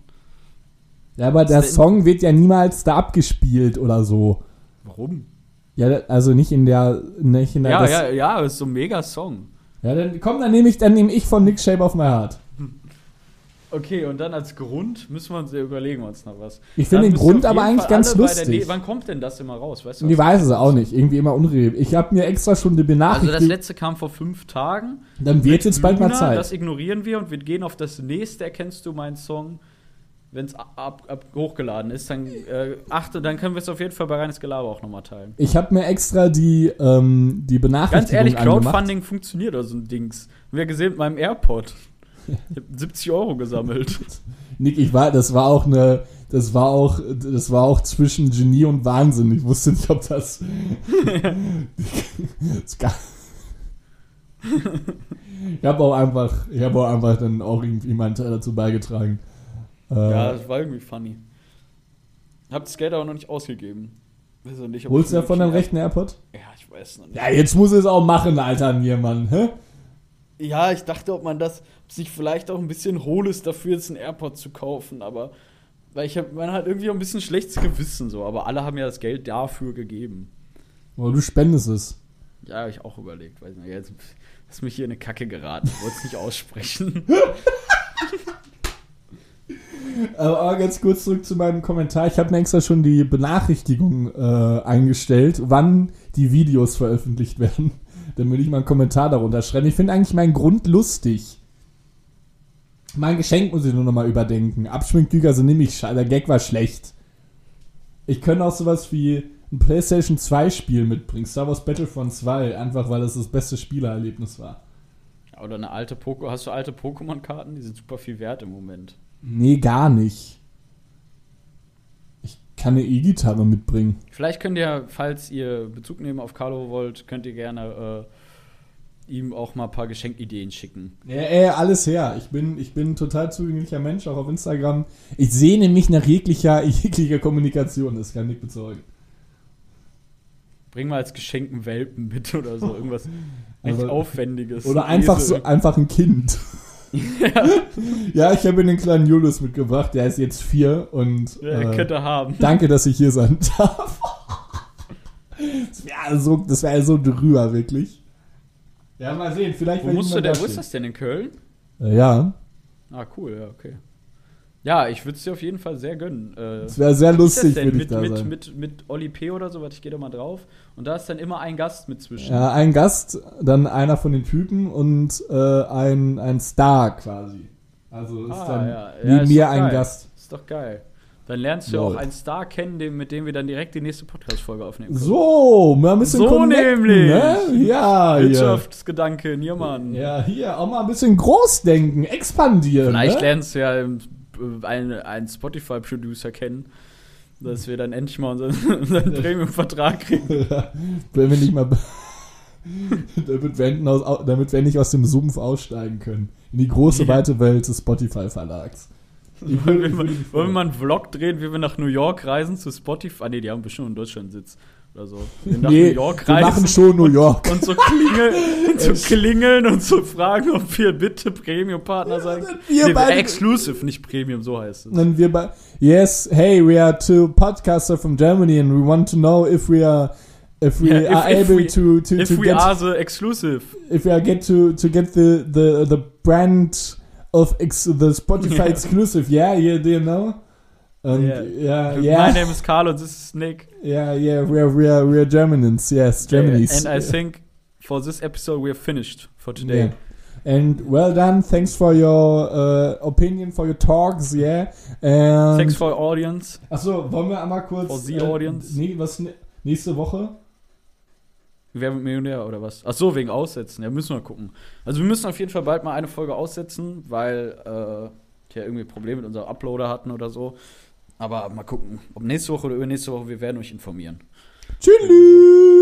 ja, aber der
denn-
Song wird ja niemals da abgespielt oder so.
Warum?
Ja, also nicht in der. Nicht in der
Ja,
das,
ja, ja, ist so ein mega Song.
ja, dann komm, dann nehme ich, dann nehme ich von Nick Shape of My Heart.
Okay, und dann als Grund müssen wir uns überlegen wir uns noch was.
Ich finde
Dann
den
müsst ihr
Grund
auf
aber
jeden
eigentlich ganz
alle bei
lustig.
Der D Wann kommt denn das immer raus? Weißt du,
Die
was?
weiß es auch nicht. Irgendwie immer unreal. Ich habe mir extra schon eine
also das
Benachrichtigung.
letzte kam vor fünf Tagen.
dann wird
Mit
jetzt bald mal
Luna,
Zeit.
Das ignorieren wir und wir gehen auf das nächste. Erkennst du meinen Song? Wenn es ab, ab, ab hochgeladen ist, dann äh, achte, dann können wir es auf jeden Fall bei reines Gelaber auch nochmal teilen.
Ich habe mir extra die, ähm, die Benachrichtigung
Ganz ehrlich,
angemacht.
Crowdfunding funktioniert oder so ein Dings. Haben wir gesehen mit meinem AirPod. Ich hab 70 Euro gesammelt.
Nick, ich war, das war auch eine, das war auch, das war auch zwischen Genie und Wahnsinn. Ich wusste nicht, ob das. das gar- ich habe auch einfach, ich habe auch einfach dann auch irgendwie meinen Teil dazu beigetragen. Äh,
ja, das war irgendwie funny. Hab das Geld aber noch nicht ausgegeben. Weiß auch nicht, ob
Holst du
ich
davon den
wirklich-
rechten AirPod?
Ja, ich weiß noch nicht.
Ja, jetzt muss es auch machen, Alter, hier, Mann. Hä?
Ja, ich dachte, ob man das, ob sich vielleicht auch ein bisschen hohl ist, dafür jetzt einen AirPod zu kaufen, aber weil ich hab, man hat irgendwie auch ein bisschen schlechtes Gewissen so, aber alle haben ja das Geld dafür gegeben.
Aber du spendest es.
Ja, hab ich auch überlegt, weiß nicht, jetzt ist mich hier in eine Kacke geraten, ich wollte es nicht aussprechen.
Aber, aber ganz kurz zurück zu meinem Kommentar. Ich habe mir extra schon die Benachrichtigung äh, eingestellt, wann die Videos veröffentlicht werden. Damit ich mal einen Kommentar darunter schreiben. Ich finde eigentlich meinen Grund lustig. Mein Geschenk muss ich nur nochmal überdenken. Abschminktücher sind nämlich sche- Der Gag war schlecht. Ich könnte auch sowas wie ein PlayStation 2 Spiel mitbringen. Star Wars Battlefront 2. Einfach weil das das beste Spielerlebnis war.
Oder eine alte Poké, hast du alte Pokémon-Karten? Die sind super viel wert im Moment.
Nee, gar nicht. Ich kann eine E-Gitarre mitbringen.
Vielleicht könnt ihr, falls ihr Bezug nehmen auf Carlo wollt, könnt ihr gerne äh, ihm auch mal ein paar Geschenkideen schicken.
Ja, ey, alles her. Ich bin, ich bin ein total zugänglicher Mensch, auch auf Instagram. Ich sehne mich nach jeglicher, jeglicher Kommunikation, das kann ich bezeugen.
Bring mal als Geschenk einen Welpen mit oder so, irgendwas echt
Also-
Aufwendiges.
Oder
Ein
einfach
Esel.
so, einfach ein Kind. Ja, ich habe mir den kleinen Julius mitgebracht, der ist jetzt vier und
Ja,
äh,
könnte er haben.
danke, dass ich hier sein darf. das wäre so, das wär so drüber, wirklich. Ja, mal sehen, vielleicht
Wo
werd ich
musst
mal
du denn,
da
wo ist
stehen.
das denn, in Köln?
Äh, Ja,
Ah, cool, ja, okay. Ja, ich würde es dir auf jeden Fall sehr gönnen. Äh,
Es wäre sehr
was ist das
lustig,
denn?
würde ich
Mit,
da
mit,
sein.
mit, mit Oli P. oder so, warte, ich gehe da mal drauf. Und da ist dann immer ein Gast mit zwischen.
ja, ein Gast, dann einer von den Typen und äh, ein, ein Star quasi. Also ist
Ah,
dann
ja. Ja,
neben
ist
mir
doch
ein
geil.
Gast.
Ist doch geil. Dann lernst du ja
Lol.
auch einen Star kennen, den, mit dem wir dann direkt die nächste Podcast-Folge aufnehmen können.
So, mal ein bisschen
So
connecten,
nämlich.
Ne? Ja, hier.
Wirtschaftsgedanke, Niermann.
ja, hier auch mal ein bisschen groß denken, expandieren.
Vielleicht
ne?
lernst du ja ähm, äh, einen, einen Spotify-Producer kennen, dass wir dann endlich mal unseren, unseren Premium-Vertrag kriegen.
Wenn wir nicht mal damit, wir enden aus, damit wir nicht aus dem Sumpf aussteigen können. In die große,
Ja.
weite Welt des Spotify-Verlags. Ich
Wollen wir,
würde-
mal, wollen wir mal einen Vlog drehen, wie wir nach New York reisen zu Spotify? Ah, nee, die haben bestimmt in Deutschland Sitz oder so. Wir nach
Nee, wir machen schon New York.
und so klingeln, und so klingeln und so fragen, ob wir bitte Premium-Partner sein können.
Wir
Nee,
beide-
Exclusive, nicht Premium, so heißt es.
And we're ba- yes, hey, we are two podcaster from Germany, and we want to know if we are if we
Yeah, if-
are
if
able
we-
to to,
If
to
we
get
are the exclusive.
if we are get to to get the the the brand of ex, the Spotify
Yeah.
exclusive. Yeah, yeah, do you know? And
Yeah.
yeah,
My
yeah,
name is Carlo, this is Nick.
yeah, yeah. We are we are we are Germans. Yes, Germany's.
And I think for this episode we are finished for today.
Yeah. And well done. Thanks for your uh, opinion, for your talks. Yeah. And
Thanks for your audience.
Achso, wollen wir einmal kurz. äh,
For the audience.
Nee, was ne- nächste Woche?
Wer wird Millionär oder was? Ach so, wegen Aussetzen. Ja, müssen wir gucken. Also wir müssen auf jeden Fall bald mal eine Folge aussetzen, weil äh, ja irgendwie Probleme mit unserem Uploader hatten oder so. Aber mal gucken, ob nächste Woche oder übernächste Woche, wir werden euch informieren.
Tschüss.